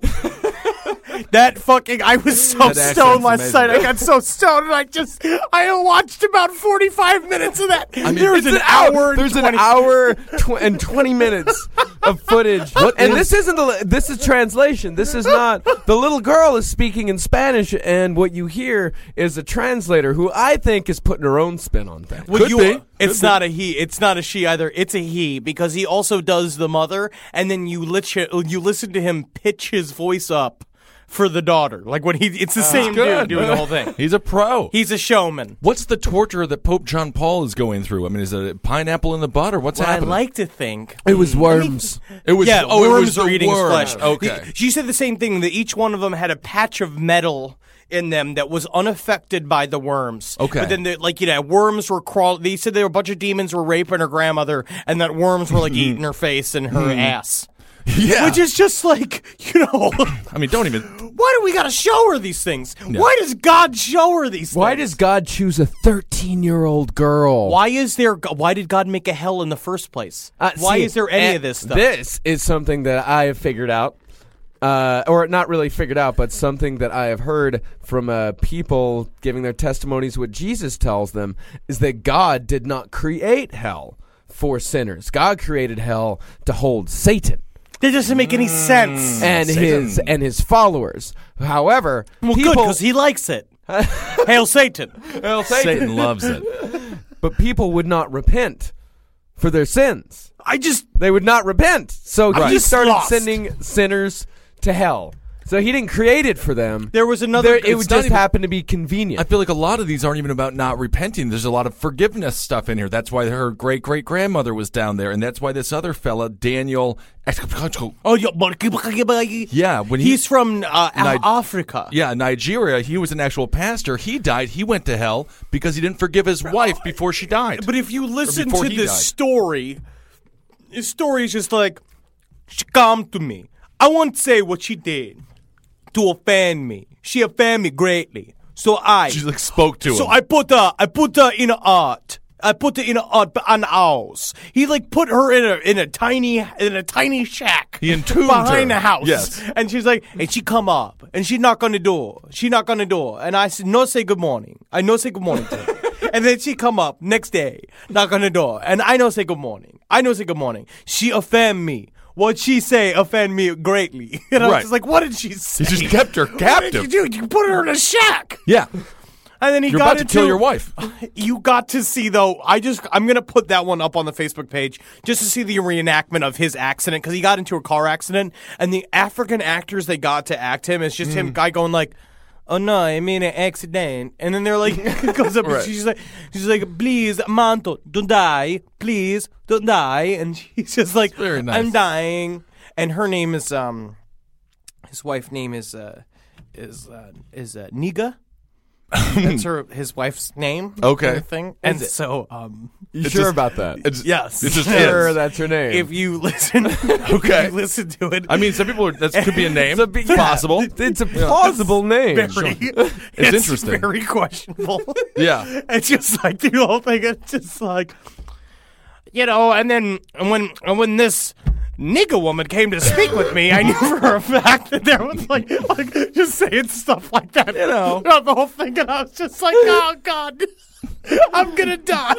D: That fucking I was so
E: That accent's
D: stoned last
E: amazing.
D: night. I got so stoned and I just I watched about forty five minutes of that. I there was an, hour. and
F: There's
D: 20
F: an hour tw- and twenty minutes of footage. and this isn't the. li- This is translation. This is not. The little girl is speaking in Spanish, and what you hear is a translator who I think is putting her own spin on things.
D: Well,
E: Could
D: you-
E: be.
D: It's not a he. It's not a she either. It's a he because he also does the mother, and then you lit- you listen to him pitch his voice up for the daughter. Like when he, it's the same dude
E: Good.
D: doing the whole thing.
E: He's a pro.
D: He's a showman.
E: What's the torture that Pope John Paul is going through? I mean, is it pineapple in the butt or what's
D: Well, I
E: happening?
D: like to think
F: It was worms.
E: it was
D: yeah,
E: oh,
D: worms
E: it was the
D: are eating his
E: worm.
D: flesh.
E: Okay.
D: <laughs> The- she said the same thing that each one of them had a patch of metal in them that was unaffected by the worms.
E: Okay.
D: but then the, like you know, worms were crawling. They said there were a bunch of demons were raping her grandmother, and that worms were like eating her face and her ass.
E: yeah.
D: Which is just like you know, <laughs>
E: I mean, don't even.
D: why do we got to show her these things? Why does God show her these?
F: Why
D: things?
F: does God choose a 13 year old girl?
D: why is there? Why did God make a hell in the first place?
F: Uh,
D: why
F: see,
D: is there any
F: eh,
D: of this stuff?
F: This is something that I have figured out, uh, or not really figured out, but something that I have heard from uh, people giving their testimonies. What Jesus tells them is that God did not create hell for sinners. God created hell to hold Satan
D: that doesn't make any sense.
F: and his and his followers. However,
D: Well, good
F: people
D: because he likes
E: <laughs>
D: it. Hail Satan!
E: Satan loves it.
F: but people would not repent for their sins.
D: I just
F: They would not repent. So
D: Right.
F: he
D: just
F: started
D: lost.
F: sending sinners to hell. So he didn't create it for them.
D: there was another.
F: There- it would
E: not
F: just
E: even-
F: happen to be convenient.
E: I feel like a lot of these aren't even about not repenting. There's a lot of forgiveness stuff in here. That's why her great great grandmother was down there, and that's why this other fella, Daniel.
D: oh, yeah,
E: Yeah, when he-
D: he's from uh,
E: Ni-
D: Af- Africa.
E: Yeah, Nigeria. He was an actual pastor. He died. He went to hell because he didn't forgive his wife before she died.
D: But if you listen
E: before
D: to
E: he
D: this
E: died.
D: story, his story is just like, she come to me. I won't say what she did to offend me. She offended me greatly. So I
E: she like spoke to
D: So
E: him.
D: I put her, I put her in a art. I put her in a art, but an house. He like put her in a in a tiny in a tiny shack.
E: He entombed
D: behind
E: her.
D: the house.
E: Yes.
D: and she's like, and she come up and she knock on the door. She knock on the door, and I said, no, say good morning. I no say good morning to
E: <laughs>
D: her. And then she come up next day, knock on the door, and I no say good morning. I no say good morning. She offend me. What she say offend me greatly. <laughs> And I was
E: Right.
D: just like, what did she say?
E: he just kept her
D: <laughs> what did
E: captive.
D: you do? You put her in a shack.
E: Yeah,
D: And then he
E: you're
D: got
E: about to
D: into,
E: kill your wife.
D: You got to see though. I just I'm gonna put that one up on the Facebook page just to see the reenactment of his accident because he got into a car accident and the African actors they got to act him is just
E: Mm.
D: him guy going like. Oh no! I mean an accident, and then they're like, <laughs> goes up. and
E: Right.
D: She's like, she's like, please, Manto, don't die, please, don't die. And <laughs> she's just like,
E: very nice.
D: I'm dying. And her name is um, his wife name is uh, is uh, is uh,
E: <laughs>
D: Niga. That's her his wife's name.
E: Okay.
D: kind of thing. And so, um,
F: you sure about that?
E: It's-
D: yes,
E: It just
F: sure,
E: is.
F: that's her name.
D: if you listen, <laughs> okay,
E: Okay.
D: you listen to it.
E: I mean, some people are, that could be a name.
F: It's a big- yeah.
E: possible.
F: <laughs>
D: <laughs>
F: it's a plausible name.
D: very, it's,
E: interesting.
D: Very questionable.
E: <laughs> Yeah.
D: <laughs> it's just like the whole thing. It's just like, you know. And then and when and when this nigga woman came to speak with me, I knew for a fact that there was like like just saying stuff like that. You know, throughout the whole thing, and I was just like, oh god, I'm gonna die.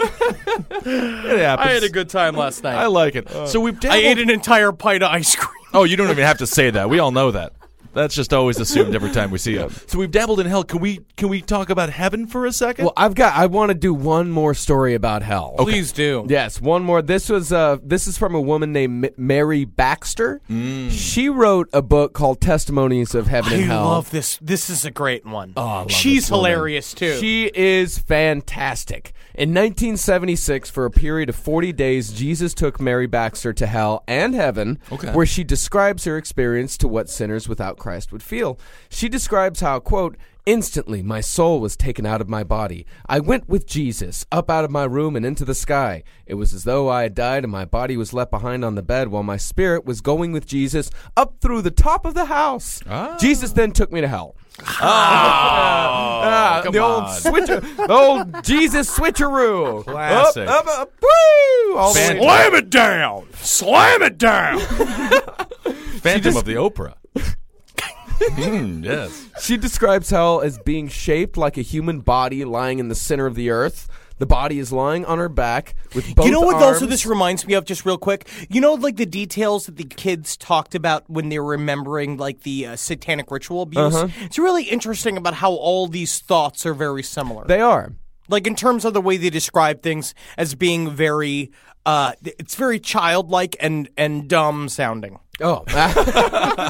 E: It happens.
D: I had a good time last night.
E: I like it. so we've
D: I
E: dabbled-
D: ate an entire pint of ice cream.
E: Oh, you don't even have to say that. We all know that. That's just always assumed every time we see it. So we've dabbled in hell. Can we can we talk about heaven for a second?
F: well, I've got. I want to do one more story about hell.
D: Please do.
F: Yes, one more. This was uh, this is from a woman named M- Mary Baxter.
D: Mm.
F: She wrote a book called Testimonies of Heaven
D: I
F: and Hell.
D: love this. This is a great one. She's hilarious too.
F: She is fantastic. In 1976, for a period of 40 days, Jesus took Mary Baxter to hell and heaven, where she describes her experience to what sinners without Christ would feel. She describes how, quote, Instantly, my soul was taken out of my body. I went with Jesus up out of my room and into the sky. It was as though I had died and my body was left behind on the bed while my spirit was going with Jesus up through the top of the house. Jesus then took me to hell. Ah,
E: Oh,
F: the old switcher, the old Jesus switcheroo.
E: Classic.
F: Up, up, up, woo! All the way
E: Phantom,
D: it down. Slam it down.
E: <laughs> Phantom of the Oprah. Mm, yes.
F: She describes hell as being shaped like a human body lying in the center of the earth. The body is lying on her back with both
D: You know what?
F: arms.
D: Also, this reminds me of just real quick. You know, like the details that the kids talked about when they were remembering like the uh, satanic ritual abuse.
F: Uh-huh.
D: It's really interesting about how all these thoughts are very similar.
F: They are.
D: like in terms of the way they describe things as being very, uh, it's very childlike and and dumb sounding.
F: Oh. <laughs>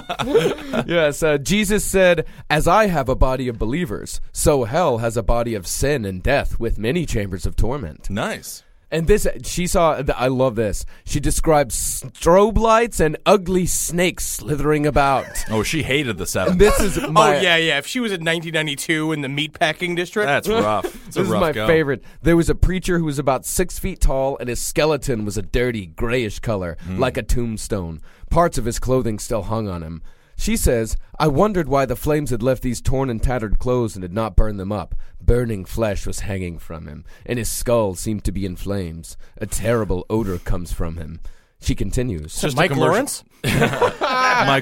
F: yes, uh, Jesus said, As I have a body of believers, so hell has a body of sin and death with many chambers of torment.
E: Nice.
F: And this, she saw, I love this. She describes strobe lights and ugly snakes slithering about.
E: Oh, she hated the seven. <laughs>
F: This is my.
D: oh yeah, yeah. If she was in 1992 in the meatpacking district,
F: <laughs>
E: That's rough. It's a
F: This is
E: rough
F: my
E: go.
F: favorite. There was a preacher who was about six feet tall, and his skeleton was a dirty, grayish color,
E: Hmm.
F: like a tombstone. Parts of his clothing still hung on him. She says, I wondered why the flames had left these torn and tattered clothes and had not burned them up. Burning flesh was hanging from him, and his skull seemed to be in flames. A terrible odor comes from him. She continues.
E: Just a
D: Mike
E: commercial-
D: Lawrence.
E: Mike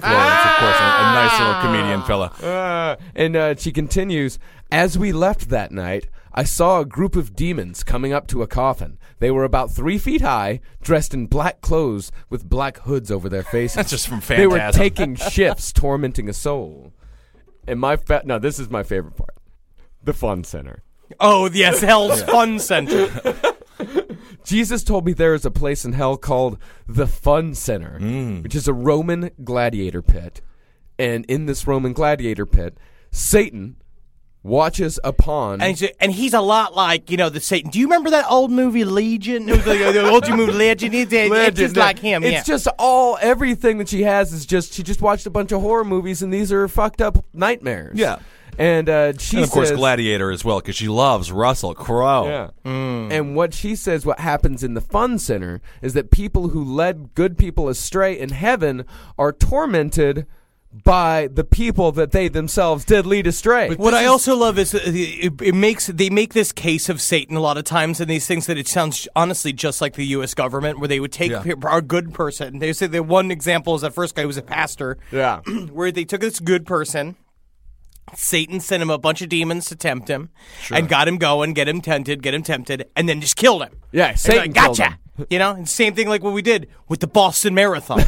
E: Lawrence, of course, a, a nice
F: Ah.
E: little comedian fella.
F: And uh, she continues As we left that night, I saw a group of demons coming up to a coffin. They were about three feet high, dressed in black clothes with black hoods over their faces.
E: That's just from
F: They were
E: Phantasm. <laughs>
F: taking shifts tormenting a soul. And my fa- now this is my favorite part. The fun center.
D: Oh yes, Hell's Fun Center.
F: Jesus told me there is a place in hell called the Fun Center,
E: Mm.
F: which is a Roman gladiator pit. And in this Roman gladiator pit, Satan watches upon
D: And, he's, and he's a lot like you know the Satan. Do you remember that old movie Legion? It was like, the old movie Legion. It's, it's just
F: Legend.
D: like him.
F: It's
D: yeah.
F: just all everything that she has is just she just watched a bunch of horror movies and these are fucked up nightmares.
E: Yeah.
F: and uh, she
E: And of course,
F: says-
E: Gladiator as well, because she loves Russell Crowe.
F: Yeah. And what she says, what happens in the fun center is that people who led good people astray in heaven are tormented by the people that they themselves did lead astray.
D: What I also love is that it, it makes they make this case of Satan a lot of times in these things that it sounds honestly just like the U.S. government, where they would take
E: Yeah.
D: our good person. They say the one example is that first guy who was a pastor,
F: yeah.
D: <clears throat> where they took this good person. Satan sent him a bunch of demons to tempt him, and got him going, get him tempted, get him tempted, and then just killed him.
F: Yeah,
D: And
F: Satan
D: like,
F: killed
D: gotcha. You know, and same thing like what we did with the Boston
F: <laughs>
D: Marathon.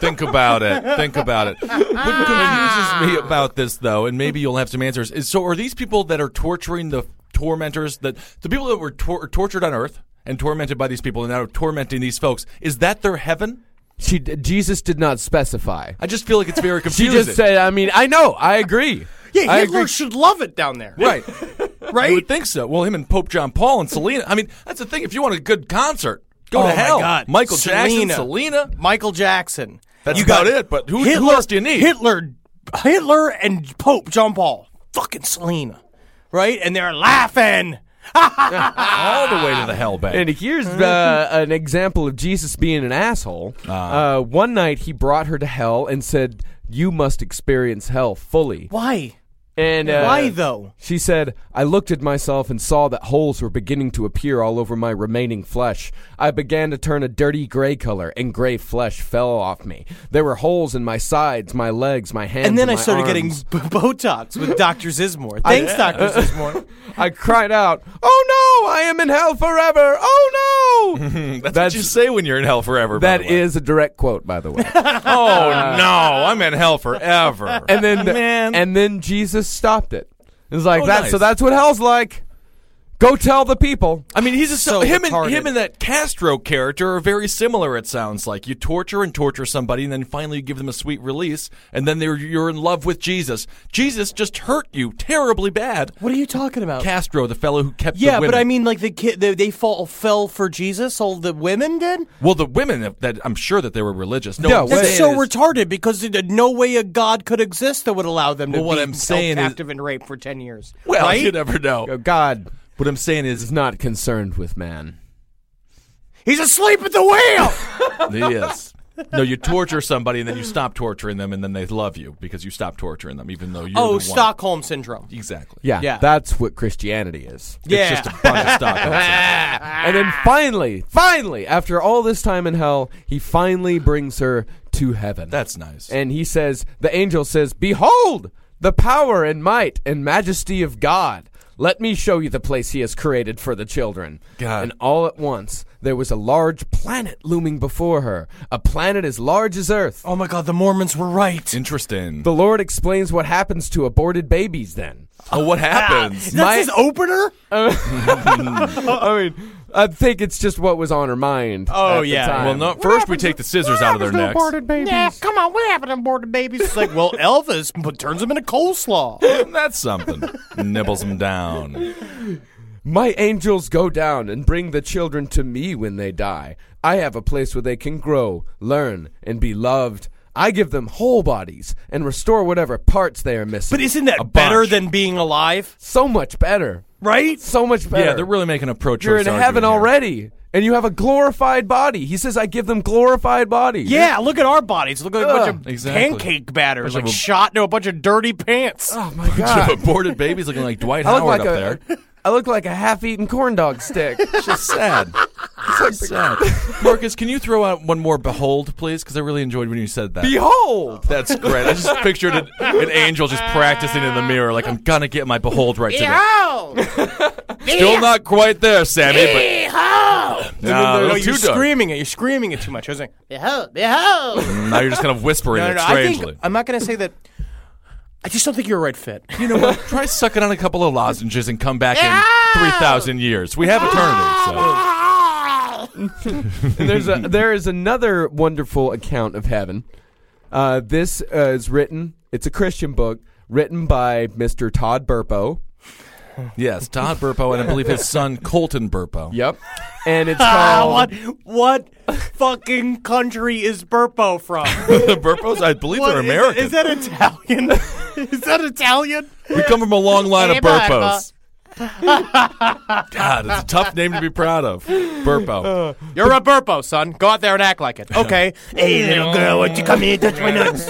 E: Think about it. Think about it. What confuses me about this, though, and maybe you'll have some answers, is so are these people that are torturing the tormentors, that the people that were tor- tortured on Earth and tormented by these people and now tormenting these folks, is that their heaven?
F: She Jesus did not specify.
E: I just feel like it's
F: <laughs>
E: very
F: She
E: confusing.
F: just said, I mean, I know, I agree.
D: yeah,
F: I
D: Hitler
F: agree.
D: should love it down there,
E: right.
D: <laughs> right?
E: You would think so. Well, him and Pope John Paul and Selena. I mean, that's the thing. If you want a good concert, go
D: oh
E: to hell.
D: My God.
E: Michael Jackson,
D: Selena.
E: Selena.
D: Michael Jackson.
E: That's about it, but who- who else do you need?
D: Hitler, Hitler, and Pope John Paul. Fucking Selena, right? And they're laughing.
E: all the way to the hell bank.
F: Ah. And here's uh, an example of Jesus being an asshole. Uh, one night he brought her to hell and said, "You must experience hell fully."
D: Why?
F: And uh,
D: Why though?
F: She said, "I looked at myself and saw that holes were beginning to appear all over my remaining flesh. I began to turn a dirty gray color, and gray flesh fell off me. There were holes in my sides, my legs, my hands,
D: And then I
F: my
D: started getting
F: arms.
D: b- <laughs> Botox <laughs> with Doctor Zismore. Thanks, <laughs> Doctor Zismore.
F: I cried out, "Oh no! I am in hell forever! Oh
D: <laughs>
F: no!"
E: Hmm, that's, what you say when you're in hell forever. by the
F: That
E: way.
F: is a direct quote, by
D: <laughs>
F: the way.
E: Oh no, I'm in hell <laughs> forever.
F: and then
E: man,
F: and then Jesus stopped it. It's like
E: Oh,
F: that.
E: nice.
F: So that's what hell's like. Go tell the people.
E: I mean, he's a,
D: So
E: him and
D: retarded.
E: him and that Castro character are very similar. It sounds like you torture and torture somebody, and then finally you give them a sweet release, and then they're, you're in love with Jesus. Jesus just hurt you terribly bad.
D: What are you talking about?
E: Castro, the fellow who kept the
D: yeah,
E: women.
D: but I mean, like the kid, they, they fall fell for Jesus. All the women did.
E: well, the women that- that I'm sure that they were religious. No,
F: No,
E: I'm
F: what-
D: That's
E: saying
D: so
E: is-
D: retarded because there- no way a god could exist that would allow them to
E: Well, what
D: be
E: I'm
D: held
E: saying is-
D: captive and raped for ten years.
E: Well,
D: right?
E: you never know.
F: God
E: What I'm saying is,
F: is not concerned with man.
D: He's asleep at the
E: <laughs>
D: wheel.
E: Yes. No, you torture somebody and then you stop torturing them and then they love you because you stop torturing them even though you're the
D: oh,
E: one.
D: Stockholm syndrome.
E: Exactly.
F: Yeah,
D: Yeah.
F: that's what Christianity is.
D: Yeah.
E: It's just a bunch of
F: <laughs>
E: Stockholm.
F: And then finally, finally, after all this time in hell, he finally brings her to heaven.
E: That's nice.
F: and he says, the angel says, "Behold, the power and might and majesty of God. Let me show you the place he has created for the children."
E: God.
F: And all at once, there was a large planet looming before her, a planet as large as Earth.
D: oh my God, the Mormons were right.
E: Interesting.
F: The Lord explains what happens to aborted babies then.
D: Ah,
F: <laughs>
E: oh, what happens?
D: That's his opener.
F: I mean, I think it's just what was on her mind.
D: Oh,
F: at the
D: yeah.
F: time.
E: Well, no, first we take the scissors out of their necks.
G: Yeah, come on, what happened to aborted babies?
D: It's <laughs> like, well, Elvis but turns him into coleslaw.
E: That's something. Nibbles them down.
F: My angels go down and bring the children to me when they die. I have a place where they can grow, learn, and be loved. I give them whole bodies and restore whatever parts they are missing.
D: But isn't that
E: A
D: better
E: bunch.
D: than being alive?
F: so much better?
D: Right?
F: So much better.
E: Yeah, they're really making a pro-choice.
F: You're in heaven
E: argument here. <laughs>
F: already, and you have a glorified body. He says, "I give them glorified bodies."
D: Yeah, look at our bodies. Look like a bunch of
E: Exactly.
D: pancake batters,
E: Bunch of
D: like
E: a-
D: shot into a bunch of dirty pants.
F: Oh
E: <laughs>
F: my
E: Bunch
F: god.
E: of aborted babies looking like Dwight
F: I
E: Howard
F: look like
E: up
F: a.
E: there.
F: <laughs> I look like a half-eaten corn
E: <laughs>
F: dog stick.
E: Just sad. It's like
F: <laughs>
E: sad. Marcus, can you throw out one more behold, please? Because I really enjoyed when you said that.
F: Behold.
E: That's great. I just pictured an, an angel just practicing in the mirror, like I'm gonna get my behold right today.
G: Yo!
E: Still not quite there, Sammy. But no,
D: no,
E: it
D: no,
E: was
D: you're
E: too dark.
D: screaming it. You're screaming it too much. I was like,
G: Behold, behold!
E: Now you're just kind of whispering
D: no, no,
E: it
D: no, I
E: strangely.
D: think I'm not going to say that. I just don't think you're a right fit. <laughs>
E: You know what? Try sucking on a couple of lozenges and come back in 3,000 years. We have eternity.
D: Ah!
F: And <laughs> there's a there is another wonderful account of heaven. Uh, this uh, is written. It's a Christian book written by Mr. Todd Burpo.
E: So, yes, Todd Burpo and I believe his son, Colton Burpo.
F: Yep. And it's
D: Ah,
F: called
D: what what <laughs> fucking country is Burpo from?
E: the <laughs> Burpos, I believe
D: What-
E: they're
D: is-
E: American.
D: Is, that <laughs> Italian? is that Italian?
E: we come from a long line
G: Hey,
E: of Burpos. God, it's a tough name to be proud of. Burpo.
D: You're a Burpo, son. Go out there and act like it. Okay. hey, little girl, why don't you come here and touch my nuts?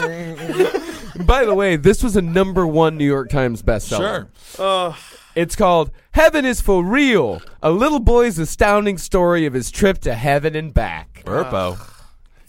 F: By the way, this was a number one New York Times bestseller.
E: Sure.
F: It's called Heaven is for Real A Little Boy's Astounding Story of His Trip to Heaven and Back.
E: Burpo.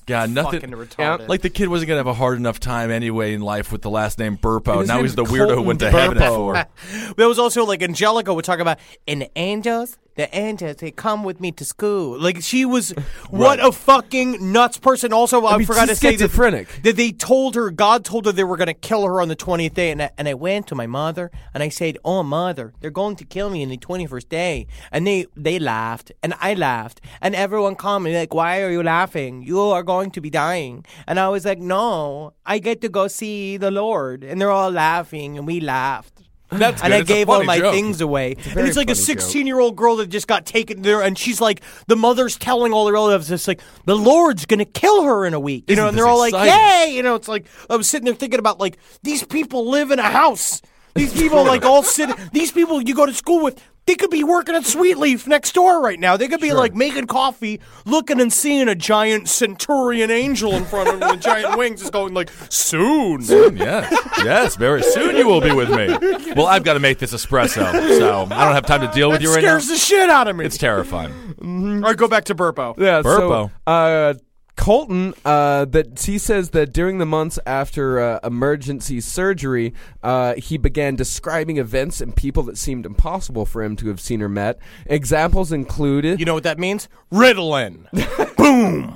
E: God, nothing.
D: Fucking retarded.
E: Like the kid wasn't gonna have a hard enough time anyway in life with the last name Burpo.
F: his
E: Now
F: name
E: he's
F: is
E: the weirdo who
F: Colton
E: went to heaven at
F: Burpo.
E: four.
D: <laughs> There was also like Angelica would talk about and angels, the angels, they come with me to school. Like she was what a fucking nuts person. Also, I,
F: mean,
D: forgot to
F: she's
D: say that,
F: schizophrenic.
D: that they told her God told her they were going to kill her on the twentieth day, and I, and I went to my mother and I said, "Oh mother, they're going to kill me on the twenty first day," and they they laughed and I laughed and everyone commented like, "Why are you laughing? You are going to be dying." And I was like, "No, I get to go see the Lord," and they're all laughing and we laughed
E: That's
D: and
E: good.
D: I
E: It's a
D: gave all
E: funny
D: my
E: joke.
D: things away. and
F: very
D: it's like a
F: funny joke.
D: 16 year old girl that just got taken there, and she's like, the mother's telling all the relatives, it's like, the Lord's going to kill her in a week. You know, and
E: Isn't
D: they're
E: this
D: all like,
E: exciting?
D: yay! You know, it's like, I was sitting there thinking about, like, these people live in a house. These people, like, all sit, these people you go to school with, they could be working at Sweet Leaf next door right now. They could be, like, making coffee, looking and seeing a giant centurion angel in front of them with giant wings, just going, like, soon.
E: Soon, yes. Yes, very soon you will be with me. Well, I've got to make this espresso, so I don't have time to deal with
D: That
E: you right now.
D: scares the shit out of me.
E: It's terrifying.
D: All right, go back to Burpo.
F: Yeah,
E: Burpo.
F: So, uh, Colton, uh, that he says that during the months after uh, emergency surgery, uh, he began describing events and people that seemed impossible for him to have seen or met. Examples included
D: You know what that means? <laughs> Ritalin.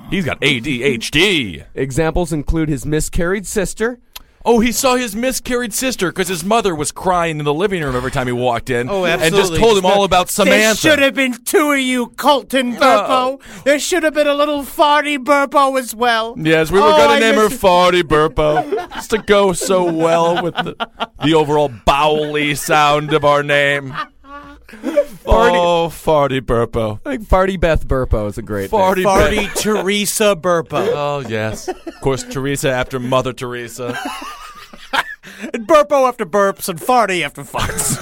E: He's got ADHD.
F: examples include his miscarried sister.
E: Oh, he saw his miscarried sister because his mother was crying in the living room every time he walked in.
D: Oh,
E: And
D: absolutely.
E: just told him all about
D: There
E: Samantha.
D: should have been two of you, Colton Burpo. There should have been a little farty Burpo as well.
E: Yes, we were
D: Oh,
E: going
D: I
E: to name her
D: miss-
E: Farty Burpo. just to go so well with the, the overall bowly sound of our name. Oh, Farty Burpo.
F: I think Farty Beth Burpo is a great name.
E: Farty Burpo.
D: Farty Teresa
E: <laughs>
D: Burpo.
E: Oh, yes. Of course, Teresa after Mother Teresa.
D: And burpo after burps and farty after
E: <laughs>
D: farts.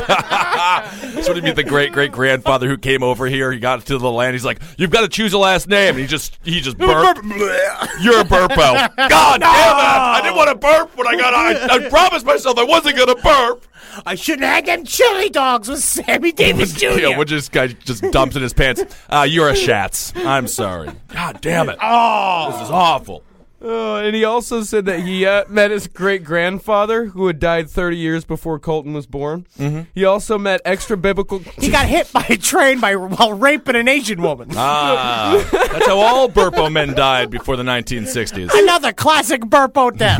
E: That's what he mean the great great grandfather who came over here. He got to the land. He's like, "You've got to choose a last name." And he just he just burped. You're
D: <laughs>
E: a burpo. God damn it! I didn't want to burp when I got. I, I promised myself I wasn't gonna burp.
D: I shouldn't have had them chili dogs with Sammy Davis Jr.
E: Yeah, which this guy just dumps in his pants. Uh, you're a shats. I'm sorry. God damn it. Oh, this is awful.
F: Oh, and he also said that he uh, met his great grandfather, who had died 30 years before Colton was born.
D: Mm-hmm.
F: He also met extra biblical.
D: He got hit by a train by while raping an Asian woman.
E: Ah, that's how all Burpo men died before the 1960s.
D: Another classic burpo death.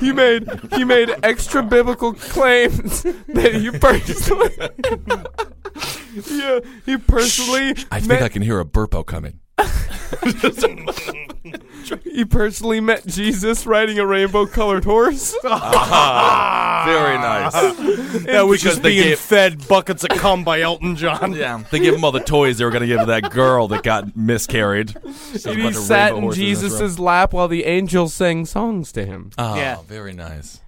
E: <laughs>
F: he made he made extra biblical claims <laughs> that he personally. <laughs> yeah, he personally.
E: I think
F: met,
E: I can hear a Burpo
F: <laughs>
E: coming.
F: he personally met Jesus riding a rainbow-colored horse.
E: Very nice.
D: that was
E: Because
D: just
E: they
D: being
E: gave-
D: fed buckets of cum by Elton John.
E: <laughs> Yeah, <laughs> they gave him all the toys they were going to give to that girl that got miscarried.
F: And he sat in Jesus' lap while the angels sang songs to him.
E: Oh,
D: Yeah.
E: very nice.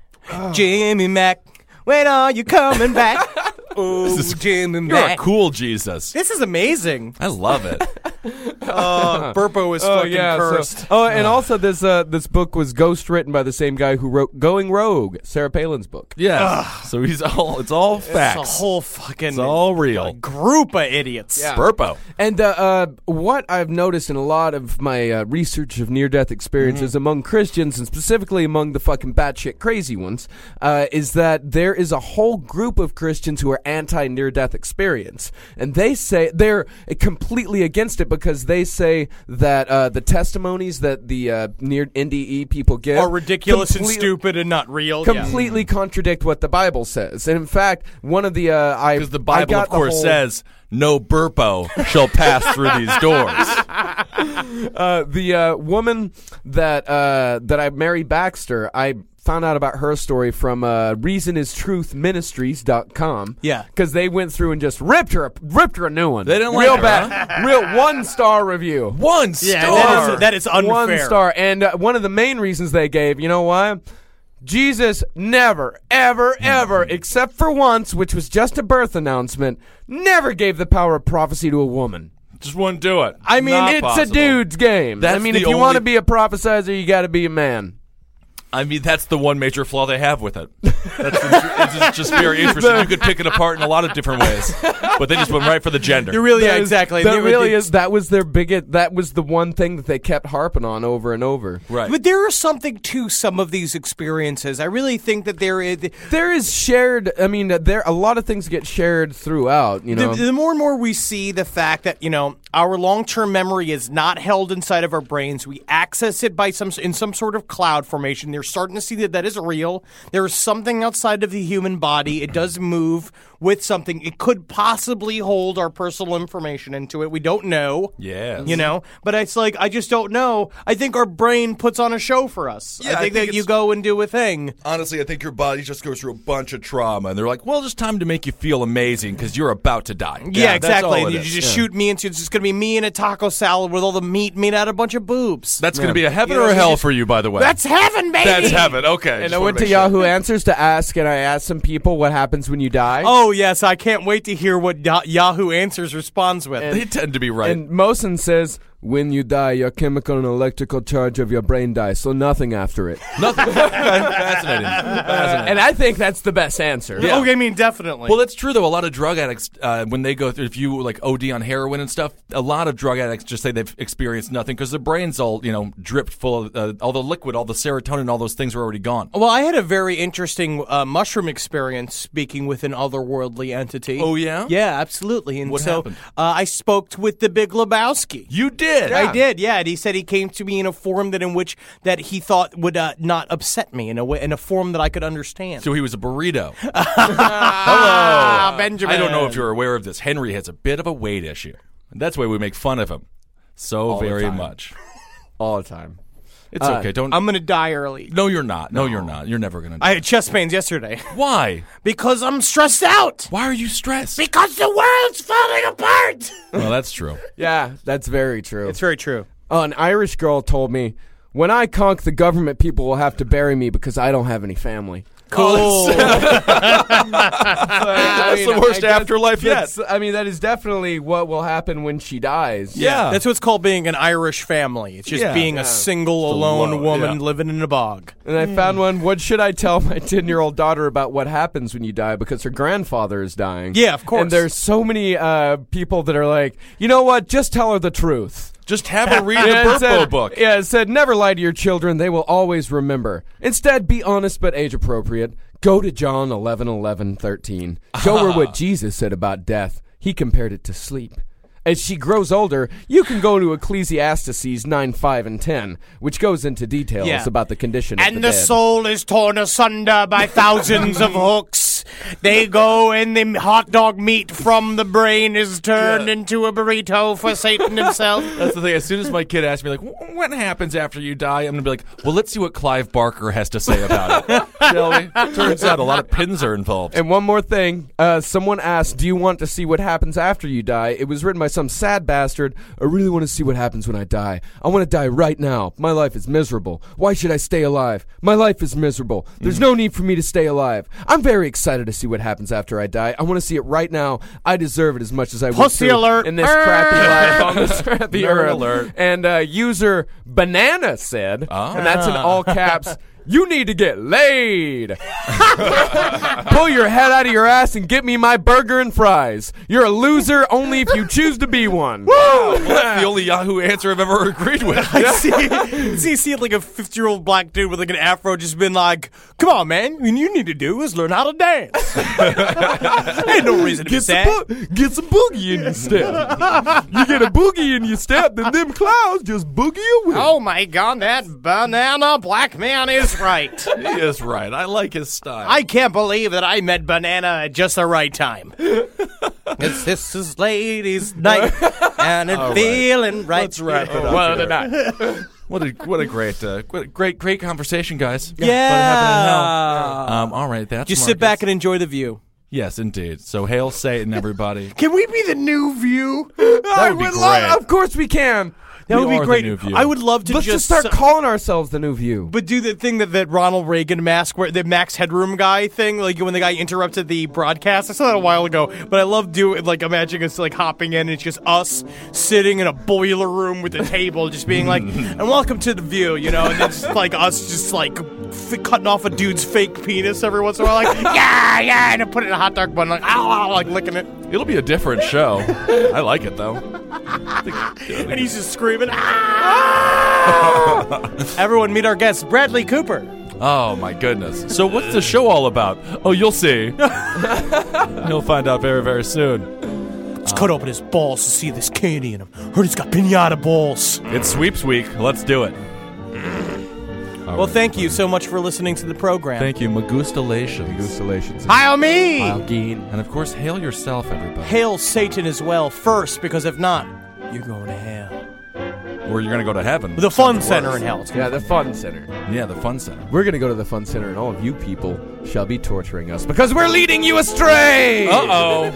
D: Jimmy Mac, when are you coming back? <laughs> Oh,
E: is-
D: Jimmy
E: You're a
D: Mac.
E: cool Jesus.
D: This is amazing.
E: I love
F: <laughs>
E: it.
D: Oh, burpo is
F: Oh
D: fucking
F: yeah. so-
D: cursed.
F: oh, and also this uh, this book was ghost written by the same guy who wrote Going Rogue, Sarah Palin's book.
E: Yeah. So he's all. It's all facts.
D: It's a whole fucking
E: It's all real.
D: group of idiots. Yeah.
E: Burpo.
F: And uh, uh, what I've noticed in a lot of my uh, research of near death experiences among Christians, and specifically among the fucking batshit crazy ones, uh, is that there is a whole group of Christians who are anti near death experience. And they say they're completely against it because they say that uh, the testimonies that the uh, near NDE people give
D: Are ridiculous and
F: completely-
D: stupid and not real. Yeah.
F: Completely contradict what the Bible says, and in fact, one of the uh, I
E: Because the
F: I
E: Bible,
F: got
E: of course,
F: the whole-
E: says no burpo shall pass through these
F: <laughs>
E: doors.
F: uh, the uh, woman that uh, that I Mary Baxter, I found out about her story from uh, reasonistruthministries.com.
D: Yeah.
F: Cuz they went through and just ripped her ripped her a new one.
E: They didn't like
F: real
E: her,
F: bad. Real one star review.
E: One
D: Yeah,
E: star.
D: that is that is unfair.
F: One star. And uh, one of the main reasons they gave, you know why? Jesus never, ever, ever,
D: Mm-hmm.
F: except for once, which was just a birth announcement, never gave the power of prophecy to a woman.
E: Just wouldn't do it.
F: I mean,
E: Not
F: it's a
E: possible.
F: dude's game.
E: That's
F: I mean,
E: the
F: if you want to
E: only-
F: be a prophesizer, you got to be a man.
E: I mean, that's the one major flaw they have with it. That's it's just- just very interesting. You could pick it apart in a lot of different ways, but they just went right for the gender.
D: You really, yeah,
F: That is-
D: exactly.
F: That
D: They were-
F: really
D: they-
F: is. That was their bigot. That was the one thing that they kept harping on over and over.
E: right.
D: But there is something to some of these experiences. I really think that there is. The,
F: There is shared. I mean, there a lot of things get shared throughout. You know,
D: the more and more we see the fact that you know our long-term memory is not held inside of our brains, we access it by some in some sort of cloud formation. They're starting to see that that is real. There is something outside of the human body. It does move with something. It could possibly hold our personal information into it. We don't know.
E: Yes.
D: You know, but it's like I just don't know. I think our brain puts on a show for us.
E: Yeah, I
D: I think
E: think
D: that you
E: it's-
D: go and do a thing.
E: Honestly, I think your body just goes through a bunch of trauma, and they're like, "Well, just time to make you feel amazing because you're about to die."
D: Yeah,
E: that's all
D: exactly.
E: it
D: You
E: is.
D: just shoot me into it's just gonna be me in a taco salad with all the meat made out of a bunch of boobs.
E: That's going to be a heaven
D: You know,
E: or a
D: you
E: hell
D: just-
E: for you, by the way.
D: That's heaven, baby.
E: that's heaven. Okay.
F: and
E: just
F: I
E: wanna
F: went to
E: make sure.
F: Yahoo Answers to ask, and I asked some people what happens when you die.
D: Oh yes, I can't wait to hear what Ya- Yahoo Answers responds with.
E: They tend to be right.
F: And Mosin says, when you die, your chemical and electrical charge of your brain dies, so nothing after it.
E: Nothing. <laughs> Fascinating. Fascinating.
F: and I think that's the best answer.
E: Yeah.
D: <laughs> Okay, I mean definitely.
E: Well, that's true though. A lot of drug addicts, uh, when they go through, if you like OD on heroin and stuff, a lot of drug addicts just say they've experienced nothing because their brains all you know dripped full of uh, all the liquid, all the serotonin, all those things were already gone. Oh,
D: well, I had a very interesting uh, mushroom experience speaking with an otherworldly entity.
E: Oh, yeah?
D: yeah, absolutely. And
E: What
D: so
E: happened?
D: Uh, I spoke with the Big Lebowski.
E: You did.
D: I did, yeah. And he said he came to me in a form that in which that he thought would uh, not upset me in a way, in a form that I could understand.
E: So he was
D: <laughs>
E: a burrito.
D: ah, Benjamin.
E: I don't know if you're aware of this. Henry has a bit of a weight issue. And that's why we make fun of him so very much.
F: All the time.
E: It's okay. Don't.
D: Uh, I'm gonna die early.
E: no, you're not. No, you're not. You're never gonna.
D: I had chest pains yesterday <laughs>
E: Why?
D: because I'm stressed out.
E: Why are
D: <laughs>
E: you stressed?
D: Because the world's falling apart.
E: well, that's true.
F: Yeah, that's very true.
D: It's very true.
F: Oh, an Irish girl told me, when I conk the government, people will have to bury me because I don't have any family.
D: <laughs> Cool.
E: <laughs> that's the worst afterlife yet.
F: That's- I mean, that is definitely what will happen when she dies.
D: <laughs>
E: Yeah.
D: That's what's called being an Irish family. It's just
E: Yeah.
D: being a single, alone
E: alone,
D: woman
E: yeah.
D: living in a bog.
F: And I found one. What should I tell my <laughs> 10 year old daughter about what happens when you die? Because her grandfather is dying.
D: Yeah, of course.
F: And there's so many uh, people that are like, you know what? Just tell her the truth.
E: Just have
D: <laughs>
E: her read
F: Yeah,
E: the
F: it
E: Burpo
F: said-
E: book.
F: Yeah, it said never lie to your children; they will always remember. Instead, be honest but age appropriate. Go to John 11, 11, 13. Show her what Jesus said about death. He compared it to sleep. As she grows older, you can go to Ecclesiastes 9, 5, and 10, which goes into details
D: Yeah.
F: about the condition of
D: and
F: the,
D: the
F: dead.
D: soul is torn asunder <laughs> by thousands of hooks. They go, and the hot dog meat from the brain is turned into a burrito for Satan <laughs> himself.
E: That's the thing. As soon as my kid asks me, like, "Wh- what happens after you die? I'm going to be like, well, let's see what Clive Barker has to say
D: <laughs>
E: about it, shall we? Turns out a lot of pins are involved.
F: And one more thing. Uh, someone asked, Do you want to see what happens after you die? It was written by some sad bastard. I really want to see what happens when I die. I want to die right now. My life is miserable. Why should I stay alive? My life is miserable. There's
D: Mm.
F: no need for me to stay alive. I'm very excited to see what happens after I die. I want to see it right now. I deserve it as much as I would
D: Pussy
F: to
D: alert.
F: in this crappy life on this crappy
E: Nerd
F: earth.
E: alert. Ah.
F: And uh, user Banana said, and that's in all caps. You need to get laid. <laughs> Pull your head out of your ass and get me my burger and fries. You're a loser only if you choose to be one.
E: Well, that's the only Yahoo answer I've ever
D: <laughs>
E: agreed with.
D: see, see, see, like a fifty-year-old black dude with like an afro, just been like, "Come on, man! What you need to do is learn how to dance." <laughs> Ain't no reason to be
F: Get some,
D: sad.
F: bo- get some boogie in your step. You get a boogie in your step, then them clouds just boogie away.
D: Oh my god, that banana black man is right.
E: <laughs> he is right. I like his style.
D: I can't believe that I met Banana at just the right time. it's this is ladies' night, and it's feeling right.
E: Let's wrap it up.
F: Well,
E: here.
F: not.
E: What a what a great uh, what a great great conversation, guys.
D: Yeah.
E: What happened in hell? Um, all right, that's
D: Just sit
E: Marcus.
D: back and enjoy the view.
E: yes, indeed. So hail Satan, everybody.
D: <laughs> Can we be the new view?
E: that would be great.
F: of course we can.
D: That
E: We
D: would be
E: are the
D: great.
E: new view.
D: I would love to
F: Let's just start calling ourselves the new view.
D: But do the thing that that Ronald Reagan mask, where the Max Headroom guy thing, like when the guy interrupted the broadcast. I saw that a while ago, but I love doing like imagining us like hopping in and it's just us sitting in a boiler room with a table, just being like, "And welcome to the view," you know, and it's just like us just like f- cutting off a dude's fake penis every once in a while, like yeah, yeah, and then put it in a hot dog bun, like ow, ow, like licking it,
E: It'll be a different show. I like it though.
D: and he's just screaming. "Ah!" Everyone, meet our guest, Bradley Cooper.
E: Oh my goodness. So what's the show all about? Oh,
D: <laughs>
E: you'll see. You'll find out very very soon.
D: cut open his balls to see this candy in him. Heard he's got pinata balls.
E: It's sweeps week. Let's do it.
D: Well, thank you so much for listening to the program.
E: Thank you, Magustalations.
F: Congratulations.
D: Hail me!
E: And of course, hail yourself, everybody.
D: Hail Satan as well first, because if not, you're going to hell.
E: Or you're gonna go to heaven.
D: The Fun
E: Sounds
D: Center
E: worse.
D: in hell. It's gonna-
F: Yeah, the fun center.
E: Yeah, the fun center.
F: We're going to go to the fun center, and all of you people shall
D: <laughs>
F: <laughs> be torturing us because we're leading you astray.
E: Uh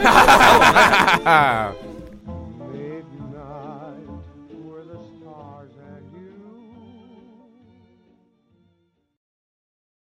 E: oh.